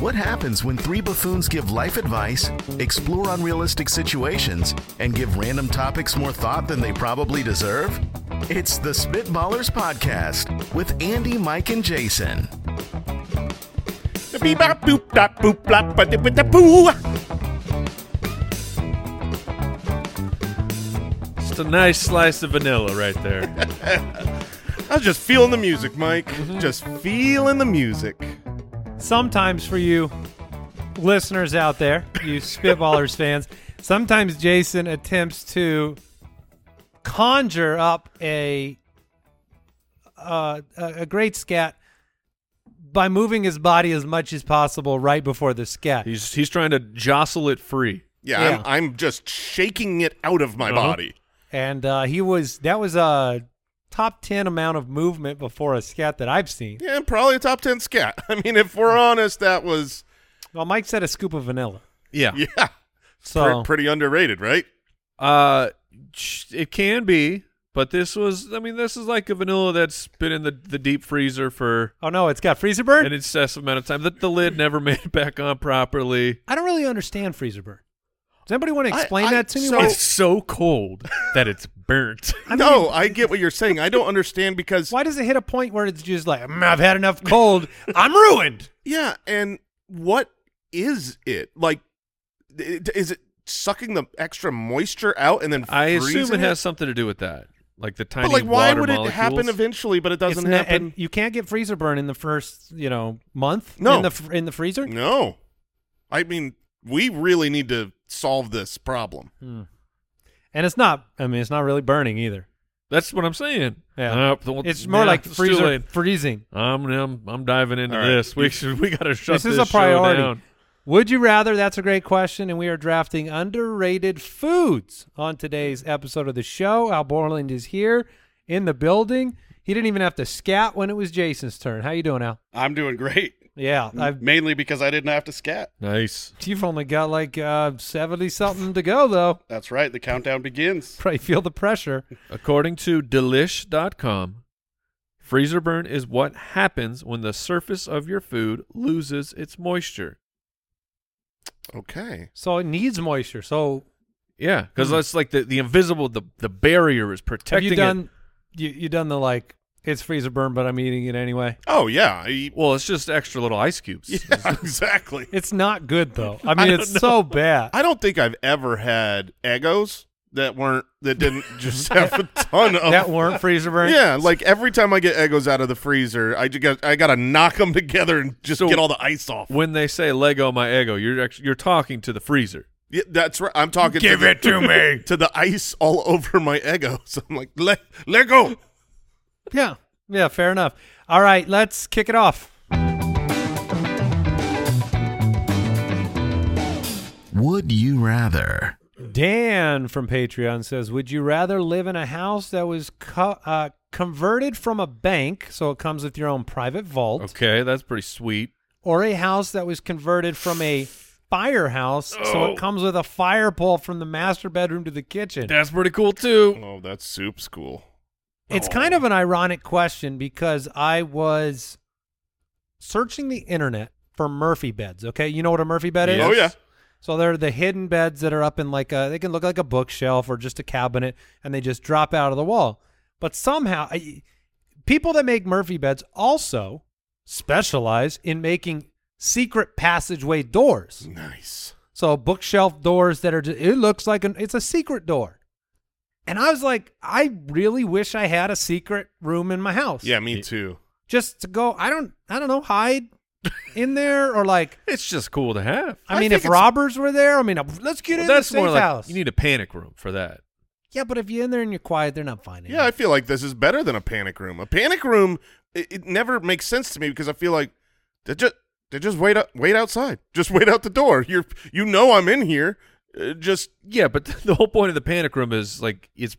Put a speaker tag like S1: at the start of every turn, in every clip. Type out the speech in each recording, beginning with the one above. S1: What happens when three buffoons give life advice, explore unrealistic situations, and give random topics more thought than they probably deserve? It's the Spitballers Podcast with Andy, Mike, and Jason.
S2: Bebop boop dop boop blop ba dip da boo.
S3: Just a nice slice of vanilla right there.
S2: I was just feeling the music, Mike.
S3: Mm-hmm.
S2: Just feeling the music.
S4: sometimes for you listeners out there, you Spitballers fans, sometimes Jason attempts to conjure up a uh, a a great scat by moving his body as much as possible right before the scat.
S3: He's he's trying to jostle it free.
S2: Yeah,
S4: Yeah.
S2: I'm, I'm just shaking it out of my
S3: Uh-huh.
S2: body.
S4: And uh, he was that was a top 10 amount of movement before a scat that I've seen.
S2: Yeah, probably a top ten scat. I mean, if we're honest, that was
S4: Well, Mike said a scoop of vanilla.
S3: Yeah.
S2: yeah,
S4: So
S2: pre- pretty underrated, right?
S3: Uh, sh- it can be, but this was. I mean, this is like a vanilla that's been in the, the deep freezer for
S4: Oh no, it's got freezer burn.
S3: an excessive amount of time. That the lid never made it back on properly.
S4: I don't really understand freezer burn. Does anybody want to
S2: I-
S4: explain
S2: I-
S4: that to me?
S2: so-
S4: Why-
S3: It's so cold that it's burnt.
S2: no, I get what you're saying. I don't understand because
S4: Why does it hit a point where it's just like, "Mm, I've had enough cold. I'm ruined.
S2: yeah, and what is it like? i- Is it sucking the extra moisture out and then
S3: I assume
S2: freezing
S3: it has something to do with that, like the tiny.
S2: But like, why
S3: water
S2: would it happen
S3: molecules.
S2: eventually? But it doesn't
S4: It's not-
S2: happen.
S4: and you can't get freezer burn in the first, you know, month.
S2: No.
S4: In the, fr- in the freezer?
S2: No. I mean, we really need to solve this problem.
S4: And it's not, I mean, it's not really burning either.
S3: That's what I'm saying.
S4: Yeah.
S3: Nope, don't-
S4: it's more
S3: nah,
S4: like
S3: it's too late.
S4: freezer freezing.
S3: I'm, I'm I'm diving into
S2: All right.
S3: this. We should we gotta shut
S4: This
S3: this,
S4: is a
S3: show
S4: priority.
S3: down.
S4: Would you rather? That's a great question. And we are drafting underrated foods on today's episode of the show. Al Borland is here in the building. He didn't even have to scat when it was Jason's turn. How you doing, Al?
S5: I'm doing great,
S4: Yeah, I've,
S5: mainly because I didn't have to scat.
S3: Nice.
S4: you've only got like seventy something to go though.
S5: That's right. The countdown begins.
S4: Probably feel the pressure.
S3: According to delish.com, freezer burn is what happens when the surface of your food loses its moisture.
S2: Okay.
S4: So it needs moisture. So
S3: Yeah, because
S4: Hmm.
S3: that's like the, the invisible, the, the barrier is
S4: have
S3: protecting
S4: you
S3: it.
S4: done you you done the like it's freezer burn, but I'm eating it anyway.
S2: Oh, yeah. I-
S3: Well, it's just extra little ice cubes.
S2: yeah, exactly.
S4: It's not good though. I
S2: I
S4: mean,
S2: don't
S4: it's so bad.
S2: I don't think I've ever had Eggos that weren't, that didn't just have a ton of.
S4: that weren't freezer burn.
S2: yeah, like every time I get Eggos out of the freezer, I just got I gotta knock them together and just
S3: So-
S2: get all the ice off.
S3: When they say Lego my ego, you're actually, you're talking to the freezer.
S2: Yeah, that's right. I'm talking. Give it to me. To the ice all over my Eggos. I'm like, let let go.
S4: yeah, yeah. Fair enough. All right, let's kick it off.
S1: Would you rather?
S4: Dan from Patreon says, "Would you rather live in a house that was co- uh, converted from a bank, so it comes with your own private vault,
S3: Okay, that's pretty sweet.
S4: or a house that was converted from a firehouse, so
S3: Oh.
S4: it comes with a fire pole from the master bedroom to the kitchen?"
S3: That's pretty cool too.
S2: Oh, that's soup school.
S4: It's
S3: Oh.
S4: kind of an ironic question because I was searching the internet for Murphy beds. Okay, you know what a Murphy bed is?
S3: Yes.
S2: Oh yeah.
S4: So they're the hidden beds that are up in like a they can look like a bookshelf or just a cabinet, and they just drop out of the wall. But somehow, I, people that make Murphy beds also specialize in making secret passageway doors.
S2: Nice.
S4: So bookshelf doors that are just, it looks like an it's a secret door. And I was like, I really wish I had a secret room in my house.
S2: Yeah, me too.
S4: Just to go, I don't I don't know, hide in there or like
S3: It's just cool to have.
S4: I,
S2: I
S4: mean
S2: think
S4: if
S2: it's-
S4: robbers were there, I mean let's get
S3: Well,
S4: in
S3: that's
S4: the safe
S3: more like
S4: house.
S3: you need a panic room for that.
S4: yeah, but if you're in there and you're quiet, they're not finding
S2: Yeah, I
S4: you.
S2: feel like this is better than a panic room. A panic room, it, it never makes sense to me because I feel like they just they just wait out, wait outside, just wait out the door. You're you know I'm in here. Uh, just
S3: Yeah, but the whole point of the panic room is like it's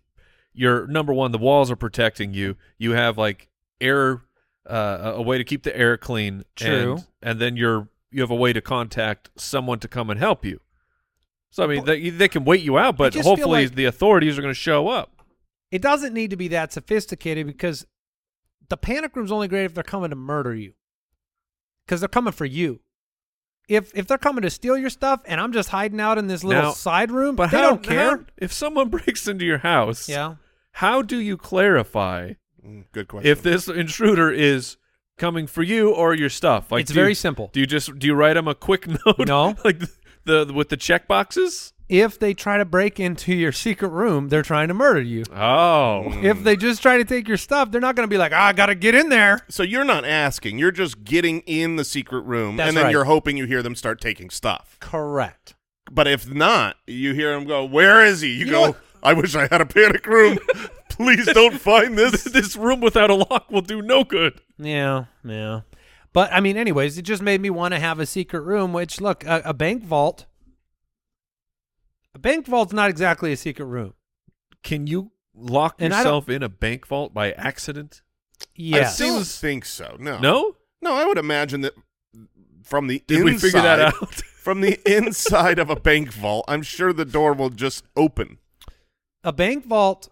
S3: your number one. The walls are protecting you. You have like air, uh, a way to keep the air clean.
S4: True.
S3: And, and then you're you have a way to contact someone to come and help you. So I mean, they, they can wait you out, but
S4: just feel
S3: hopefully
S4: like-
S3: the authorities are going to show up.
S4: It doesn't need to be that sophisticated because the panic room's only great if they're coming to murder you. Because they're coming for you. if if they're coming to steal your stuff and I'm just hiding out in this little
S3: Now-
S4: side room,
S3: But
S4: they
S3: how,
S4: don't care.
S3: how- if someone breaks into your house,
S4: yeah.
S3: how do you clarify
S6: Mm, Good question.
S3: if this intruder is coming for you or your stuff? Like,
S4: it's
S3: do
S4: very
S3: you,
S4: simple.
S3: Do you just do you write them a quick note?
S4: No.
S3: like the, the with the check boxes.
S4: If they try to break into your secret room, they're trying to murder you.
S3: Oh,
S4: If they just try to take your stuff, they're not going to be like, "Ah, "I got to get in there."
S6: so you're not asking. You're just getting in the secret room,
S4: That's
S6: and then
S4: right.
S6: you're hoping you hear them start taking stuff.
S4: Correct.
S6: But if not, you hear him go, "Where is he?"
S4: You
S6: You,
S4: know
S6: go,
S4: what-
S6: "I wish I had a panic room. Please don't find this."
S3: this room without a lock will do no good.
S4: Yeah, yeah. But I mean, anyways, it just made me want to have a secret room. Which, look, a, a bank vault. A bank vault's not exactly a secret room.
S3: Can you lock
S4: And I don't-
S3: yourself in a bank vault by accident?
S6: I
S4: Yes.
S6: don't think so. No,
S3: No,
S6: no. I would imagine that from the
S3: did
S6: inside,
S3: we figure that out?
S6: from the inside of a bank vault, I'm sure the door will just open.
S4: a bank vault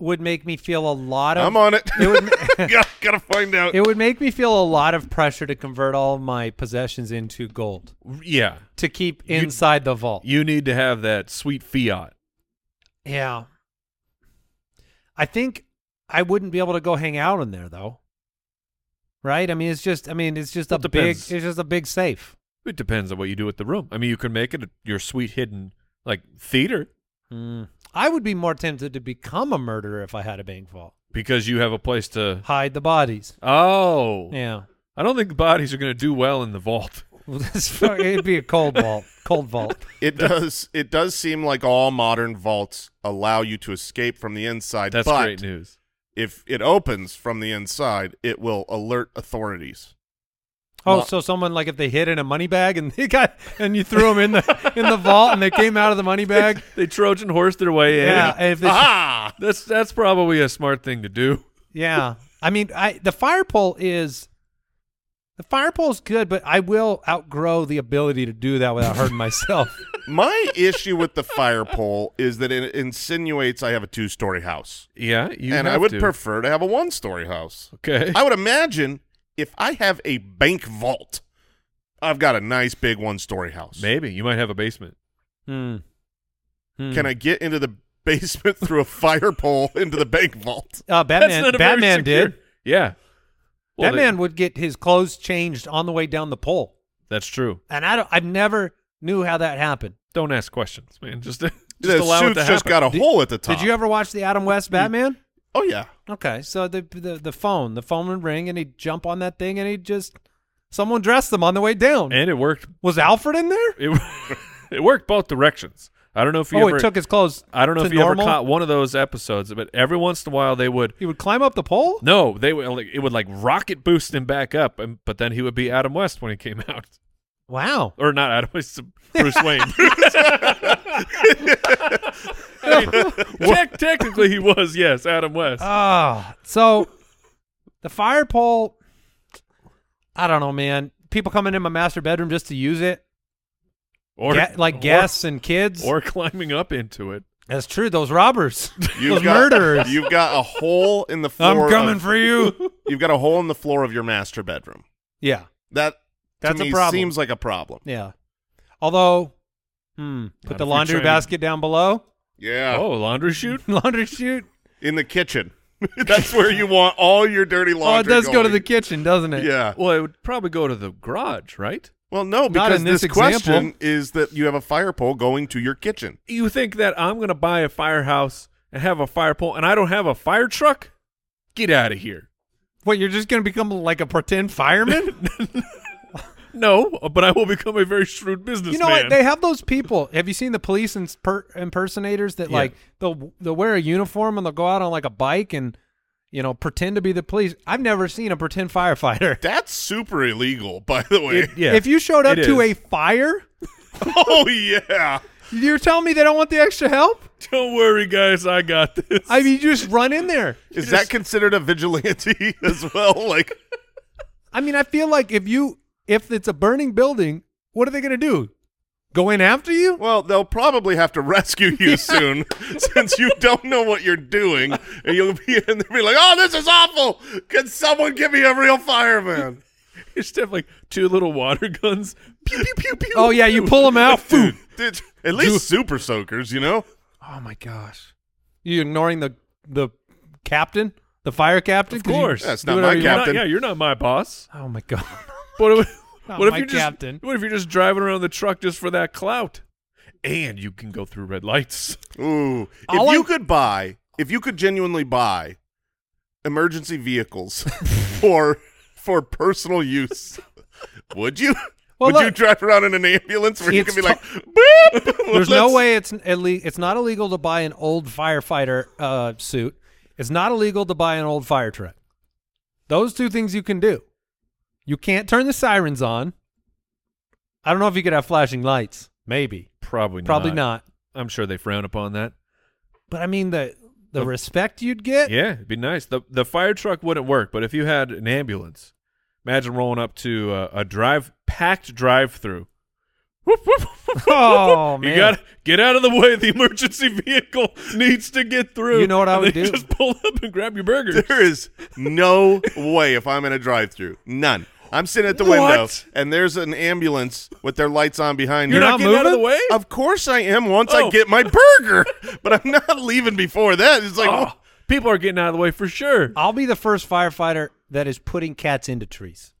S4: would make me feel a lot of
S6: I'm on it.
S4: it would ma-
S6: Got- gotta find out.
S4: it would make me feel a lot of pressure to convert all of my possessions into gold
S3: yeah,
S4: to keep
S3: You-
S4: inside the vault.
S3: you need to have that sweet fiat.
S4: yeah. I think I wouldn't be able to go hang out in there though. Right? I mean, it's just I mean, it's just
S3: Well,
S4: a
S3: it
S4: big it's
S3: depends.
S4: just a big safe.
S3: It depends on what you do with the room. I mean, you can make it a, your sweet hidden like theater
S4: I would be more tempted to become a murderer if I had a bank vault.
S3: because you have a place to.
S4: Hide the bodies.
S3: Oh,
S4: Yeah.
S3: I don't think bodies are going to do well in the vault.
S4: Well, that's- It'd be a cold vault. Cold vault.
S6: It does. It does seem like all modern vaults allow you to escape from the inside.
S3: That's
S6: but
S3: great news.
S6: If it opens from the inside, it will alert authorities.
S4: Oh,
S6: Well-
S4: so someone like if they hid in a money bag and they got and you threw them in the in the vault and they came out of the money bag.
S3: They Trojan horse their way in.
S4: Yeah, and if they,
S6: Ah,
S3: That's that's probably a smart thing to do.
S4: yeah. I mean, I the fire pole is the fire pole is good, but I will outgrow the ability to do that without hurting myself.
S6: My issue with the fire pole is that it insinuates I have a two-story house,
S3: Yeah, you
S6: and I
S3: have
S6: would
S3: to.
S6: prefer to have a one-story house.
S3: Okay.
S6: I would imagine if I have a bank vault, I've got a nice big one-story house.
S3: Maybe you might have a basement.
S4: Hmm. Hmm.
S6: Can I get into the basement through a fire pole into the bank vault?
S4: Uh,
S3: That's
S4: Batman.
S3: not a very
S4: Batman
S3: secure-
S4: did.
S3: Yeah. Well, they-
S4: Batman would get his clothes changed on the way down the pole,
S3: that's true.
S4: and I don't. I never knew how that happened.
S3: Don't ask questions, man. Just just
S6: the
S3: allow it
S6: suit's
S3: to happen.
S6: just got a hole at the top.
S4: Did you ever watch the Adam West
S3: Mm-hmm.
S4: Batman?
S6: Oh yeah.
S4: Okay, so the, the the phone, the phone would ring, and he'd jump on that thing, and he'd just someone dressed them on the way down.
S3: and it worked.
S4: was Alfred in there?
S3: It it worked both directions. I don't know if you
S4: oh,
S3: ever Uh,
S4: it took his clothes.
S3: I don't know
S4: to
S3: if you
S4: normal?
S3: ever caught one of those episodes, but every once in a while they would
S4: He would climb up the pole.
S3: no, they would like, it would like rocket boost him back up, and, but then he would be Adam West when he came out,
S4: Wow,
S3: or not Adam West, Bruce Wayne. Tec- technically, he was yes, Adam West.
S4: ah, so the fire pole. I don't know, man. People coming in my master bedroom just to use it,
S3: or
S4: Ga- like
S3: or-
S4: guests and kids.
S3: or climbing up into it.
S4: That's true. Those robbers,
S6: You've
S4: those
S6: got,
S4: murderers.
S6: You've got a hole in the floor.
S4: I'm coming
S6: Of,
S4: for you.
S6: you've got a hole in the floor of your master bedroom.
S4: yeah,
S6: That to
S4: That's a
S6: me,
S4: problem.
S6: Seems like a problem.
S4: yeah. Although, hmm,
S3: Not
S4: put the
S3: if you're
S4: laundry
S3: trying to-
S4: basket down below.
S6: Yeah.
S3: Oh, laundry chute.
S4: laundry chute.
S6: In the kitchen. That's where you want all your dirty laundry.
S4: Oh, it does go to
S6: going.
S4: the kitchen, doesn't it?
S6: Yeah.
S3: Well, it would probably go to the garage, right?
S6: Well, no,
S4: Not
S6: because
S4: in this
S6: question
S4: example.
S6: is that you have a fire pole going to your kitchen.
S3: You think that I'm going to buy a firehouse and have a fire pole, and I don't have a fire truck? Get out of here.
S4: What, you're just going to become like a pretend fireman?
S3: No, uh, but I will become a very shrewd businessman.
S4: you know what? They have those people. Have you seen the police insper- impersonators that
S3: Yeah.
S4: like they'll they'll wear a uniform and they'll go out on like a bike and you know pretend to be the police? I've never seen a pretend firefighter.
S6: That's super illegal, by the way.
S3: It- yeah.
S4: If you showed up
S3: It
S4: to
S3: is.
S4: a fire,
S6: oh yeah.
S4: you're telling me they don't want the extra help?
S3: don't worry, guys, I got this.
S4: I mean, you just run in there.
S6: Is that considered a vigilante as well? Like,
S4: I mean, I feel like if you if it's a burning building, what are they going to do? Go in after you?
S6: well, they'll probably have to rescue you soon since you don't know what you're doing, and you'll be in there be like, "Oh, this is awful! Can someone give me a real fireman?"
S3: It's definitely two little water guns. Pew pew pew pew.
S4: Oh yeah, you pull them out.
S6: Dude, dude, at least super soakers, you know?
S3: Oh my gosh.
S4: You ignoring the the captain, the fire captain.
S3: Of
S4: 'Cause you-
S3: course.
S6: That's
S4: Do
S6: not
S4: whatever
S6: my
S4: you want.
S6: captain.
S3: yeah, you're not my boss.
S4: oh my god.
S3: What if,
S4: Not
S3: what if
S4: my
S3: you're
S4: captain.
S3: just what if you're just driving around the truck just for that clout? And you can go through red lights.
S6: Ooh. If
S4: All
S6: you
S4: I-
S6: could buy, if you could genuinely buy emergency vehicles for for personal use, would you?
S4: Well,
S6: would you
S4: look-
S6: drive around in an ambulance where you
S4: It's
S6: can be
S4: to-
S6: like, boop?
S4: There's no
S6: let's-
S4: way it's at least it's not illegal to buy an old firefighter uh, suit. It's not illegal to buy an old fire truck. Those two things you can do. You can't turn the sirens on. I don't know if you could have flashing lights. Maybe,
S3: Probably not.
S4: probably not.
S3: I'm sure they frown upon that.
S4: But I mean the the
S3: Of-
S4: respect you'd get.
S3: Yeah, it'd be nice. The the fire truck wouldn't work, but if you had an ambulance, imagine rolling up to uh, a drive packed drive through.
S4: Oh man,
S3: You got to get out of the way. The emergency vehicle needs to get through.
S4: You know what I
S3: And
S4: would
S3: they
S4: do?
S3: Just pull up and grab your burger.
S6: There is no way if I'm in a drive through. None. I'm sitting at the window
S3: What?
S6: and there's an ambulance with their lights on behind
S3: You're
S6: me.
S3: not getting out of the way?
S6: Of course I am once I
S3: Oh.
S6: get my burger. But I'm not leaving before that. It's like
S3: Oh, people are getting out of the way for sure.
S4: I'll be the first firefighter that is putting cats into trees.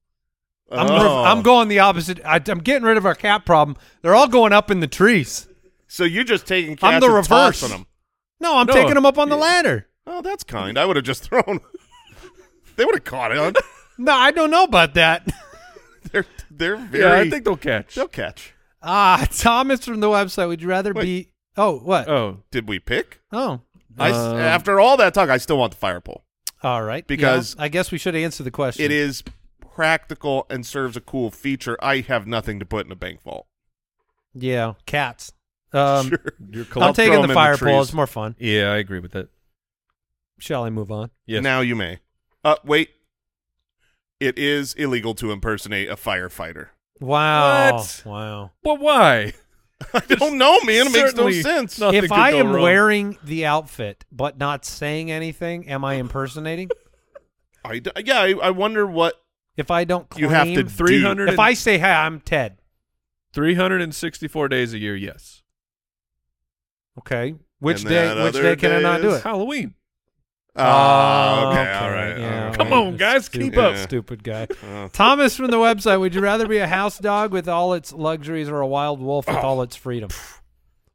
S4: I'm,
S6: oh.
S4: I'm going the opposite. I, I'm getting rid of our cat problem. They're all going up in the trees.
S6: So you're just taking cats
S4: I'm the
S6: and
S4: reverse.
S6: tossing 'em.
S4: No, I'm
S3: No,
S4: taking them up on the
S3: yeah.
S4: ladder.
S6: Oh, that's kind. I would have just thrown. they would have caught it.
S4: No, I don't know about that.
S6: They're they're very.
S3: Yeah, I think they'll catch.
S6: they'll catch.
S4: Ah, Thomas from the website. Would you rather
S6: Wait. Uh,
S4: be? Oh, what?
S3: Oh,
S6: Did we pick?
S4: oh,
S6: I s
S3: Um,
S6: after all that talk, I still want the fire pole.
S4: all right. Yeah,
S6: Because-
S4: I guess we should answer the question.
S6: It is practical and serves a cool feature. I have nothing to put in a bank vault.
S4: Yeah, cats. Um,
S6: sure.
S3: you're
S6: I'll
S4: I'm
S3: cold.
S6: take-
S4: taking
S6: throw
S4: the
S6: 'em in the
S4: fire pole.
S6: trees.
S4: It's more fun.
S3: Yeah, I agree with that.
S4: Shall I move on?
S3: Yes.
S6: Now you may. Uh, wait. It is illegal to impersonate a firefighter.
S4: Wow.
S3: What?
S4: Wow.
S3: but why?
S6: I don't know, man. It makes no
S3: Certainly
S6: sense.
S3: not- Nothing
S4: if
S3: could
S4: I
S3: go
S4: am
S3: wrong.
S4: wearing the outfit but not saying anything, am I impersonating?
S6: I d- yeah, I, I wonder what
S4: if I don't claim,
S6: you have to.
S3: Three
S6: do.
S3: hundred.
S4: if I say, "Hey, I'm Ted,"
S3: 364 days a year, yes.
S4: okay, which
S6: And
S4: day?
S6: that
S4: Which
S6: other
S4: day can I not
S6: day
S4: do
S6: is-
S4: it?
S3: Halloween.
S6: Ah,
S4: Oh,
S6: okay,
S4: okay,
S6: all right.
S4: yeah,
S6: all
S4: all
S6: right.
S3: Come on, guys,
S4: Stupid-
S3: keep up.
S6: Yeah.
S4: Stupid guy.
S6: Oh.
S4: Thomas from the website. Would you rather be a house dog with all its luxuries or a wild wolf with all its freedom?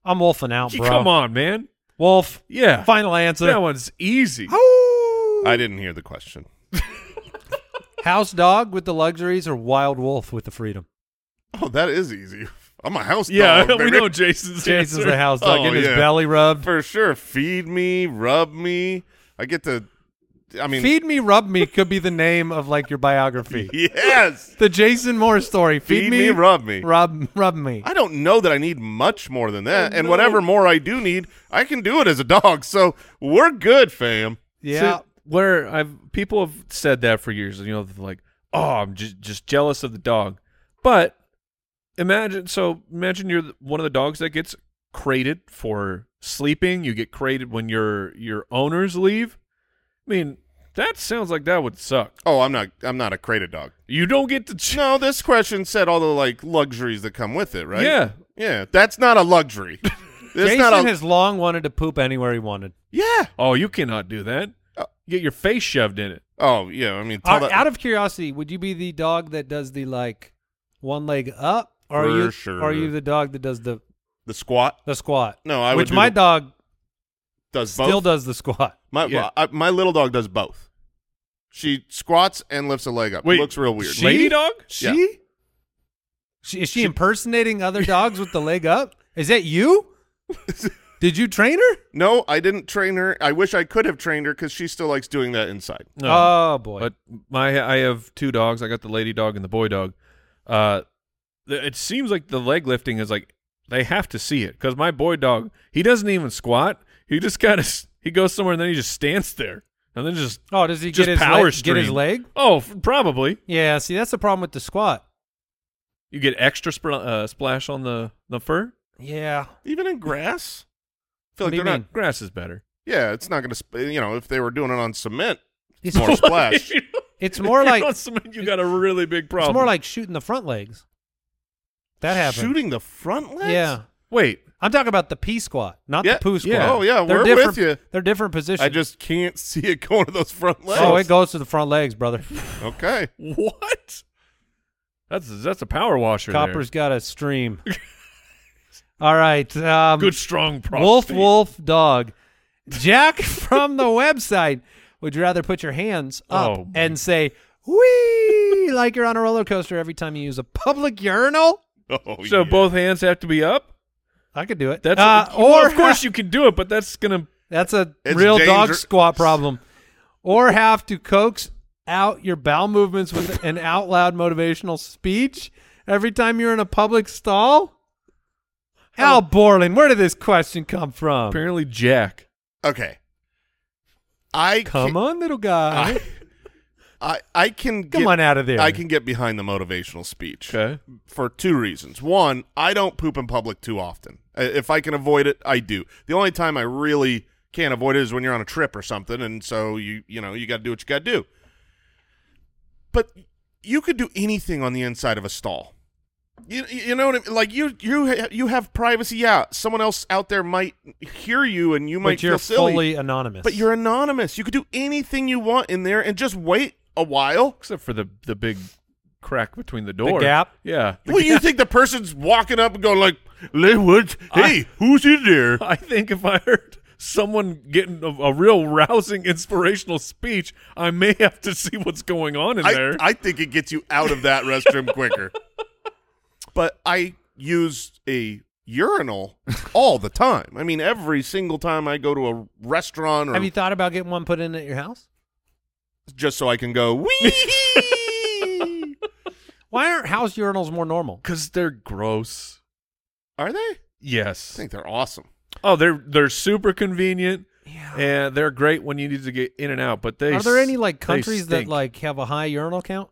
S4: I'm wolfing out,
S3: Gee,
S4: bro.
S3: Come on, man.
S4: wolf.
S3: Yeah.
S4: Final
S3: That
S4: answer.
S3: one's easy.
S6: I didn't hear the question.
S4: House dog with the luxuries or wild wolf with the freedom?
S6: Oh, that is easy. I'm a house
S3: yeah,
S6: dog.
S3: we
S6: baby.
S3: know Jason's
S4: Jason's
S3: answer.
S4: the house dog
S6: Oh,
S4: getting
S6: yeah.
S4: his belly rubbed.
S6: for sure. Feed me, rub me. I get to. I mean,
S4: Feed me, rub me could be the name of like your biography.
S6: yes.
S4: The Jason Moore story. Feed,
S6: Feed me, rub me.
S4: rub, rub me.
S6: I don't know that I need much more than that, and whatever more I do need, I can do it as a dog. So we're good, fam.
S4: Yeah.
S3: So, where I've people have said that for years, you know, they're like, "Oh, I'm just just jealous of the dog." But imagine so imagine you're the- one of the dogs that gets crated for sleeping, you get crated when your your owners leave. I mean, that sounds like that would suck.
S6: Oh, I'm not. I'm not a crated dog.
S3: You don't get to ch-
S6: No, this question said all the like luxuries that come with it, right?
S3: Yeah.
S6: yeah. That's not a luxury. It's
S4: Jason
S6: not a.
S4: has long wanted to poop anywhere he wanted.
S6: yeah.
S3: Oh, you cannot do that.
S6: Oh.
S3: You get your face shoved in it.
S6: Oh, yeah. I mean, tell
S4: Are,
S6: that-
S4: out of curiosity, would you be the dog that does the like one leg up, or
S6: For
S4: are you
S6: sure.
S4: are you the dog that does the
S6: the squat.
S4: the squat?
S6: No, I would
S4: Which
S6: do
S4: my
S6: the-
S4: dog
S6: Does both.
S4: still does the squat.
S6: My
S3: Yeah.
S6: I, my little dog does both. She squats and lifts a leg up.
S3: Wait,
S6: looks real weird.
S3: She? Lady dog?
S6: Yeah.
S4: She, is she, impersonating other dogs with the leg up? Is that you? Did you train her?
S6: No, I didn't train her. I wish I could have trained her because she still likes doing that inside.
S3: No.
S4: oh boy!
S3: But my I have two dogs. I got the lady dog and the boy dog. Uh, th- it seems like the leg lifting is like they have to see it because my boy dog he doesn't even squat. He just kind of he goes somewhere and then he just stands there and then just
S4: oh, does he
S3: just
S4: get his
S3: power
S4: leg, get his
S3: stream.
S4: leg?
S3: oh f- probably
S4: Yeah. See, that's the problem with the squat.
S3: you get extra spl- uh, splash on the the fur.
S4: Yeah.
S6: Even in grass. I
S4: What
S6: feel like
S4: do you
S6: they're
S4: mean?
S6: not.
S3: Grass is better.
S6: Yeah, it's not going to. Sp- you know, if they were doing it on cement,
S4: It's
S6: more splash.
S4: It's more
S3: If you're
S4: like
S3: on cement, you got a really big problem.
S4: it's more like shooting the front legs. That happened.
S6: Shooting the front legs?
S4: Yeah.
S3: wait.
S4: I'm talking about the P squat, not
S6: Yeah.
S4: the poo squat.
S6: Yeah. Oh, yeah,
S4: They're
S6: we're
S4: different,
S6: with you.
S4: They're different positions.
S6: I just can't see it going to those front legs.
S4: oh, it goes to the front legs, brother.
S6: Okay.
S3: What? That's that's a power washer. there.
S4: Copper's got a stream. All right. Um,
S3: good strong prostate.
S4: Wolf, wolf, dog. Jack from the website. Would you rather put your hands up
S3: Oh, my-
S4: and say "wee" like you're on a roller coaster every time you use a public urinal?
S6: Oh,
S3: So
S6: yeah.
S3: both hands have to be up.
S4: I could do it.
S3: That's
S4: uh,
S3: well,
S4: or Um,
S3: of course you can do it, but that's gonna
S4: That's a
S6: It's
S4: real dog
S6: danger-
S4: squat problem. Or have to coax out your bowel movements with an out loud motivational speech every time you're in a public stall? Al Borland, where did this question come from?
S3: apparently Jack.
S6: Okay. I
S4: Come
S6: can,
S4: on, little guy.
S6: I, I I can
S4: Come
S6: get-
S4: on out of there.
S6: I can get behind the motivational speech.
S3: Okay.
S6: for two reasons. One, I don't poop in public too often. I- If I can avoid it, I do. The only time I really can't avoid it is when you're on a trip or something, and so you you know you got to do what you got to do. But you could do anything on the inside of a stall. You, you know what I mean? Like you you ha- you have privacy. Yeah, someone else out there might hear you, and you might
S4: but you're
S6: feel silly.
S4: fully anonymous.
S6: but you're anonymous. You could do anything you want in there, and just wait a while.
S3: Except for the the big crack between the door.
S4: gap?
S3: Yeah.
S6: Well, you think the person's walking up and going like, "Hey, what? Hey, who's in there?"
S3: I think if I heard someone getting a, a real rousing inspirational speech, I may have to see what's going on in
S6: I,
S3: there.
S6: I think it gets you out of that restroom quicker. But I use a urinal all the time. I mean, every single time I go to a restaurant or
S4: Have you thought about getting one put in at your house?
S6: just so I can go wee.
S4: Why aren't house urinals more normal?
S3: Because they're gross.
S6: Are they? I
S3: Yes.
S6: think they're awesome.
S3: Oh, they're they're super convenient.
S4: Yeah.
S3: And they're great when you need to get in and out, but they
S4: Are there any like
S3: they
S4: countries that
S3: stink.
S4: like have a high urinal count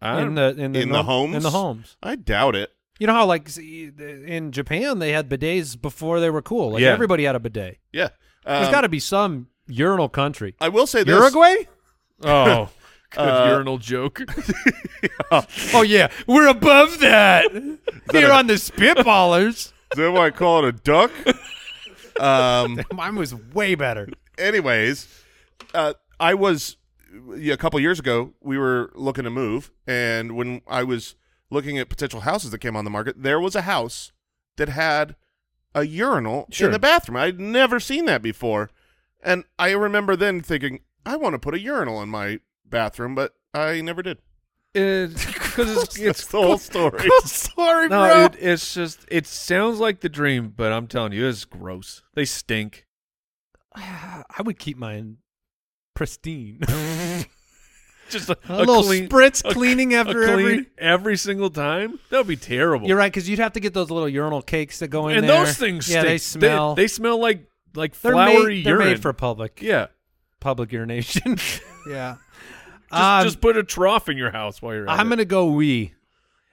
S3: I
S4: in
S3: don't-
S4: the in the
S6: in the
S4: norm-
S6: homes?
S4: in the homes?
S6: I doubt it.
S4: You know how like s- in Japan they had bidets before they were cool. Like
S3: Yeah.
S4: everybody had a bidet.
S6: Yeah.
S4: There's
S6: Um,
S4: got to be some urinal country.
S6: I will say this.
S4: Uruguay?
S3: oh good
S6: Uh,
S3: urinal joke.
S4: Oh yeah, we're above that. Here on the spitballers.
S6: Is that why I call it a duck? um,
S4: Mine was way better.
S6: anyways, uh, I was yeah, a couple years ago. We were looking to move, and when I was looking at potential houses that came on the market, there was a house that had a urinal
S3: Sure.
S6: in the bathroom. I'd never seen that before, and I remember then thinking, I want to put a urinal in my bathroom, but I never did.
S3: Because it's,
S6: It's
S3: it's
S6: the whole story.
S4: Sorry,
S3: No, it, it's just it sounds like the dream, but I'm telling you, it's gross. They stink.
S4: I would keep mine pristine.
S3: Just a,
S4: A little
S3: clean-
S4: spritz
S3: a-
S4: cleaning
S3: a
S4: after
S3: clean
S4: every-
S3: every single time. That would be terrible.
S4: You're right, because you'd have to get those little urinal cakes that go in
S3: and
S4: there.
S3: those things
S4: yeah,
S3: stink.
S4: they smell.
S3: They, smell like like
S4: are
S3: flowery
S4: made,
S3: urine.
S4: They're made for public
S3: yeah.
S4: public urination. yeah,
S3: Just, just put a trough in your house while you're. At
S4: Um, I'm
S3: it.
S4: gonna go wee,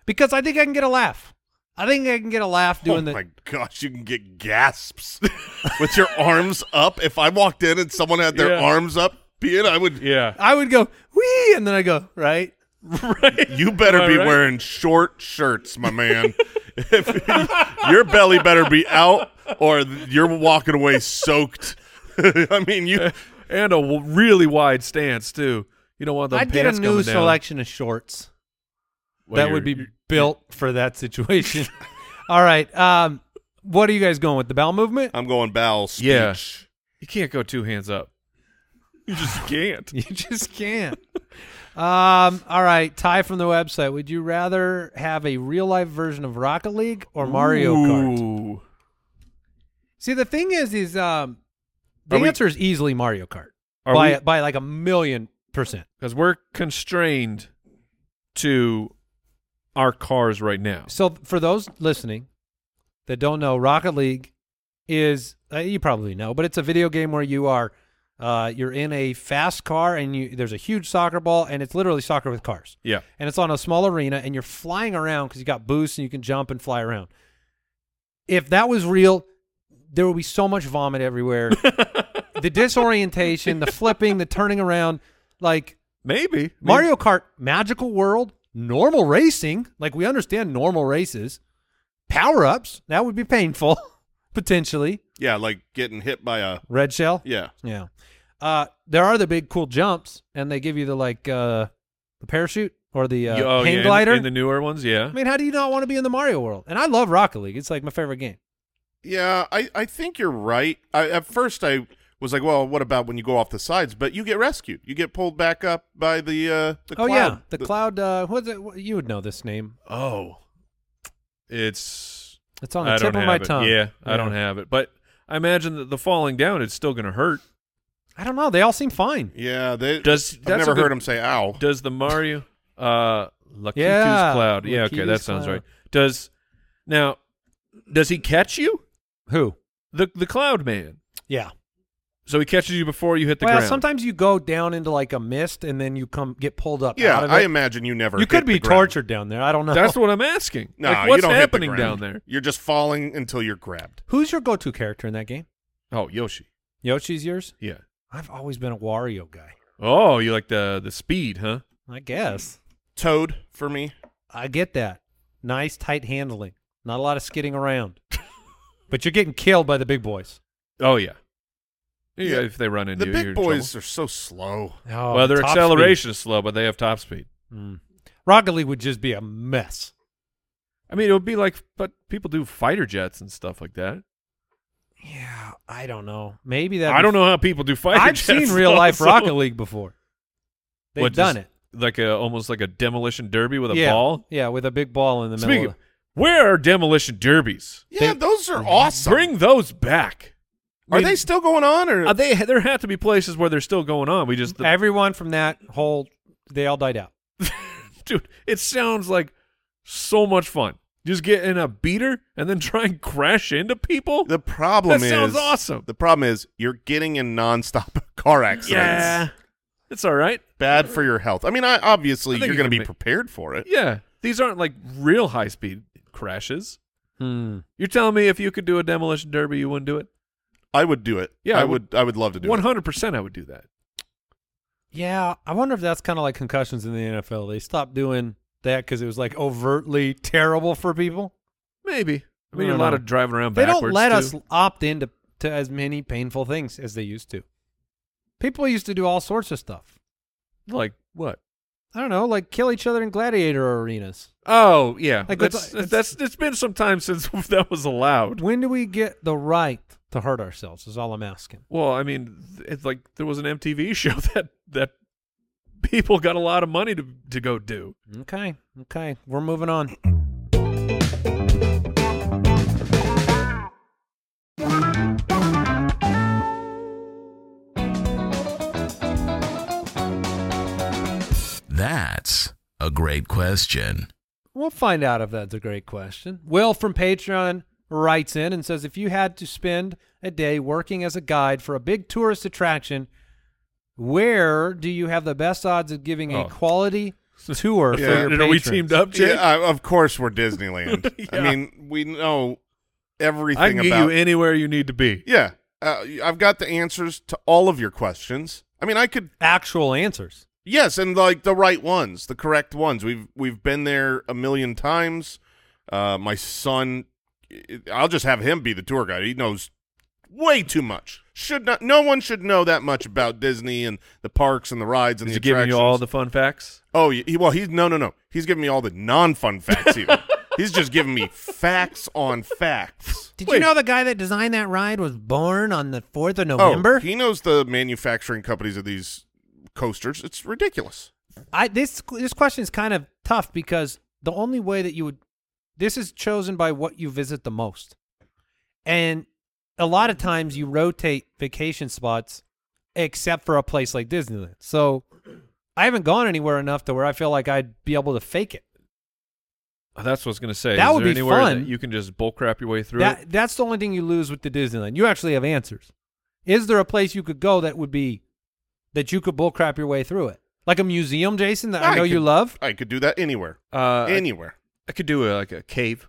S4: because I think I can get a laugh. I think I can get a laugh doing
S6: oh
S4: the.
S6: my gosh, you can get gasps with your arms up. If I walked in and someone had their
S3: Yeah.
S6: arms up, peeing, I would.
S3: Yeah.
S4: I would go wee, and then I go right.
S3: right.
S6: You better
S3: Am I
S6: be
S3: right?
S6: wearing short shirts, my man. if, your belly better be out, or th- you're walking away soaked. I mean, you.
S3: And a w- really wide stance too. You don't want the
S4: I'd get a
S3: pants
S4: new
S3: coming down
S4: selection of shorts
S3: while
S4: that would
S3: you're-
S4: be built for that situation. All right, um, what are you guys going with the bowel movement?
S6: I'm going bowel speech.
S3: Yeah. You can't go two hands up. You just can't.
S4: You just can't. um, all right, Ty from the website. Would you rather have a real life version of Rocket League or Mario Kart?
S3: Ooh.
S4: See, the thing is, is um, the
S3: Are we-
S4: answer is easily Mario Kart
S3: Are
S4: by
S3: we-
S4: by like a million percent.
S3: because we're constrained to our cars right now.
S4: So, for those listening that don't know, Rocket League is uh, you probably know, but it's a video game where you are uh, you're in a fast car and you there's a huge soccer ball and it's literally soccer with cars.
S3: Yeah,
S4: and it's on a small arena and you're flying around because you got boosts and you can jump and fly around. If that was real, there would be so much vomit everywhere. the disorientation, the flipping, the turning around, like
S3: Maybe I mean,
S4: Mario Kart Magical World, normal racing, like we understand normal races, power ups, that would be painful, potentially.
S6: Yeah, like getting hit by a
S4: Red Shell.
S6: yeah.
S4: Yeah. Uh, there are the big cool jumps, and they give you the like uh, the parachute or the uh,
S3: y- oh,
S4: hang
S3: yeah, in-
S4: glider.
S3: in, the newer ones. Yeah,
S4: I mean, how do you not want to be in the Mario world? And I love Rocket League; it's like my favorite game.
S6: Yeah, I, I think you're right. I, at first, I was like, well, what about when you go off the sides? But you get rescued. You get pulled back up by the uh, the
S4: oh
S6: cloud.
S4: yeah, the, cloud. Uh, what's it? what- You would know this name.
S3: Oh, it's
S4: It's on the
S3: I
S4: tip
S3: don't
S4: of
S3: have
S4: my
S3: it.
S4: tongue.
S3: Yeah, I don't have it. But I imagine that the falling down is still going to hurt.
S4: I don't know. They all seem fine.
S6: yeah. They,
S3: Does
S6: I've
S3: that's a
S6: never
S3: good-
S6: heard him say "ow."
S3: Does the Mario uh Lakitu's
S4: Yeah,
S3: cloud? Yeah, okay, that
S4: Lakitu's
S3: sounds
S4: cloud.
S3: right. Does now does he catch you?
S4: Who?
S3: The the cloud man.
S4: Yeah.
S3: So he catches you before you hit the
S4: well,
S3: ground.
S4: sometimes you go down into like a mist, and then you come get pulled up.
S6: Yeah,
S4: out of
S6: I
S4: it.
S6: imagine you never.
S4: You
S6: hit
S4: could
S6: the
S4: be
S6: ground.
S4: tortured down there. I don't know.
S3: That's what I'm asking.
S6: No,
S3: like,
S6: you
S3: what's
S6: don't hit the
S3: happening down
S6: ground.
S3: there?
S6: You're just falling until you're grabbed.
S4: Who's your go-to character in that game?
S3: Oh, Yoshi.
S4: Yoshi's yours.
S3: Yeah.
S4: I've always been a Wario guy.
S3: Oh, you like the the speed, huh?
S4: I guess.
S6: Toad for me.
S4: I get that. Nice tight handling. Not a lot of skidding around. but you're getting killed by the big boys.
S3: Oh yeah. Yeah,
S6: Yeah.
S3: if they run into
S6: The
S3: you, you're
S6: big
S3: in
S6: boys
S3: trouble.
S6: uh, are so slow.
S4: Oh,
S3: well, their
S4: top speed.
S3: acceleration is slow, but they have top speed.
S4: Mm. Rocket League would just be a mess.
S3: I mean, it would be like, but people do fighter jets and stuff like that.
S4: Yeah, I don't know. Maybe that.
S3: I don't know how people do fighter
S4: I've
S3: jets.
S4: seen real life
S3: though, so-
S4: Rocket League before. They've
S3: What,
S4: done
S3: just
S4: it
S3: like a almost like a demolition derby with a
S4: yeah.
S3: ball.
S4: Yeah, with a big ball in the
S3: Speaking,
S4: middle.
S3: of, where are demolition derbies?
S6: Yeah,
S4: They-
S6: those are awesome.
S3: Bring those back. I
S6: are
S3: mean,
S6: they still going on or
S3: Are they? There have to be places where they're still going on. We just,
S4: of, Everyone from that whole, they all died out.
S3: dude, it sounds like so much fun. Just get in a beater and then try and crash into people.
S6: The problem
S3: That
S6: is
S3: sounds awesome.
S6: The problem is you're getting in nonstop car accidents.
S3: yeah, it's all right.
S6: bad for your health. I mean, I, obviously
S3: I think
S6: you're
S3: you
S6: going to
S3: can
S6: be
S3: make-
S6: prepared for it.
S3: Yeah, these aren't like real high speed crashes.
S4: Hmm.
S3: You're telling me if you could do a demolition derby, you wouldn't do it?
S6: I would do it.
S3: Yeah,
S6: I
S3: I
S6: would. I would love to do
S3: One
S6: it.
S3: hundred percent, I would do that.
S4: Yeah, I wonder if that's kind of like concussions in the NFL. They stopped doing that because it was like overtly terrible for people.
S3: Maybe. I mean,
S4: I
S3: a
S4: don't
S3: lot
S4: know.
S3: of driving around
S4: They
S3: backwards.
S4: don't let
S3: too.
S4: us opt into to as many painful things as they used to. People used to do all sorts of stuff.
S3: like what?
S4: I don't know, like kill each other in gladiator arenas.
S3: Oh yeah,
S4: Like,
S3: that's,
S4: it's-
S3: that's,
S4: it's-
S3: it's been some time since that was allowed.
S4: When do we get the right to hurt ourselves? Is all I'm asking.
S3: Well, I mean, it's like there was an MTV show that that people got a lot of money to to go do.
S4: Okay, okay, we're moving on.
S1: That's a great question.
S4: We'll find out if that's a great question. Will from Patreon writes in and says if you had to spend a day working as a guide for a big tourist attraction, where do you have the best odds of giving
S3: Oh.
S4: a quality tour
S6: Yeah,
S4: for your
S3: And are we
S4: patrons?
S3: teamed up, Jay?
S6: Yeah, I- of course we're Disneyland. I
S3: Yeah.
S6: mean, we know
S3: I
S6: everything
S3: can get
S6: about.
S3: you anywhere you need to be.
S6: yeah, uh, I've got the answers to all of your questions. I mean, I could
S4: Actual answers.
S6: Yes, and like the right ones, the correct ones. We've we've been there a million times. Uh, my son, I'll just have him be the tour guide. He knows way too much. Should not. No one should know that much about Disney and the parks and the rides and
S3: Is
S6: the
S3: he giving you all the
S6: attractions.
S3: fun facts?
S6: Oh, he, well, he's no, no, no. He's giving me all the non-fun facts. Even. he's just giving me facts on facts.
S4: Did
S3: Wait.
S4: you know the guy that designed that ride was born on the fourth of
S6: Oh,
S4: November?
S6: he knows the manufacturing companies of these coasters. It's ridiculous.
S4: I this this question is kind of tough because the only way that you would this is chosen by what you visit the most. And a lot of times you rotate vacation spots except for a place like Disneyland. So I haven't gone anywhere enough to where I feel like I'd be able to fake it.
S3: Uh, That's what I was gonna say.
S4: That
S3: Is
S4: would
S3: there
S4: be
S3: anywhere
S4: fun.
S3: That you can just bull crap your way through
S4: That
S3: it.
S4: that's the only thing you lose with the Disneyland. You actually have answers. Is there a place you could go that would be that you could bullcrap your way through it? Like a museum, Jason, that I, know you
S6: could-
S4: love?
S6: I could do that anywhere.
S3: Uh, I,
S6: anywhere.
S3: I could do a, like a cave.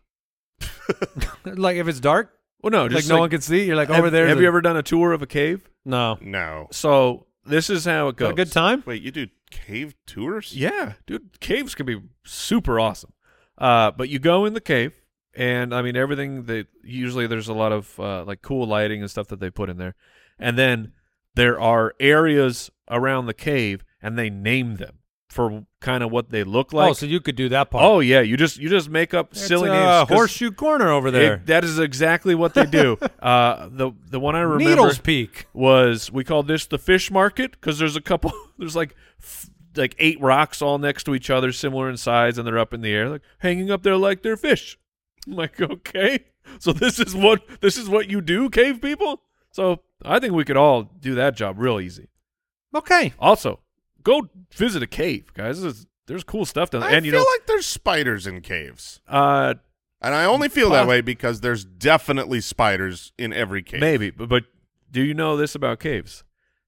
S4: like if it's dark,
S3: Well, no,
S4: like
S3: Oh, just
S4: no one can see. You're like
S3: have,
S4: over there.
S3: Have you ever done a tour of a cave?
S4: No.
S6: No.
S3: So this is how it goes.
S4: A good time.
S6: Wait, you do Cave tours?
S3: Yeah, dude, caves can be super awesome. Uh, but you go in the cave, and I mean everything. They usually there's a lot of uh, like cool lighting and stuff that they put in there, and then there are areas around the cave, and they name them for kind of what they look like.
S4: oh, so you could do that part.
S3: Oh, yeah, you just you just make up
S4: It's,
S3: silly
S4: uh,
S3: names. 'cause
S4: Horseshoe corner over
S3: it-
S4: there.
S3: that is exactly what they do. uh, the the one I remember
S4: Needles Peak.
S3: was we called this the fish market because there's a couple there's like f- like eight rocks all next to each other similar in size and they're up in the air like hanging up there like they're fish i'm like okay so this is what this is what you do cave people so i think we could all do that job real easy
S4: Okay.
S3: also go visit a cave guys there's, there's cool stuff down there
S6: I
S3: and you
S6: feel
S3: know
S6: like there's spiders in caves.
S3: uh
S6: And I only feel that
S3: Pos-
S6: way because there's definitely spiders in every cave.
S3: maybe but, but do you know this about caves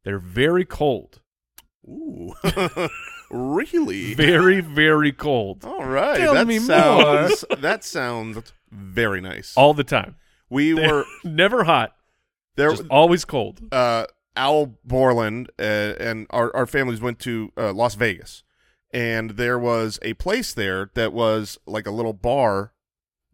S3: they're very cold
S6: Ooh. really?
S3: very very cold
S6: All right.
S4: Tell
S6: that
S4: me
S6: sounds that sounds very nice.
S3: all the time
S6: we were
S3: never hot
S6: there
S3: just always cold.
S6: uh, Al Borland uh, and our, our families went to uh, Las Vegas, and there was a place there that was like a little bar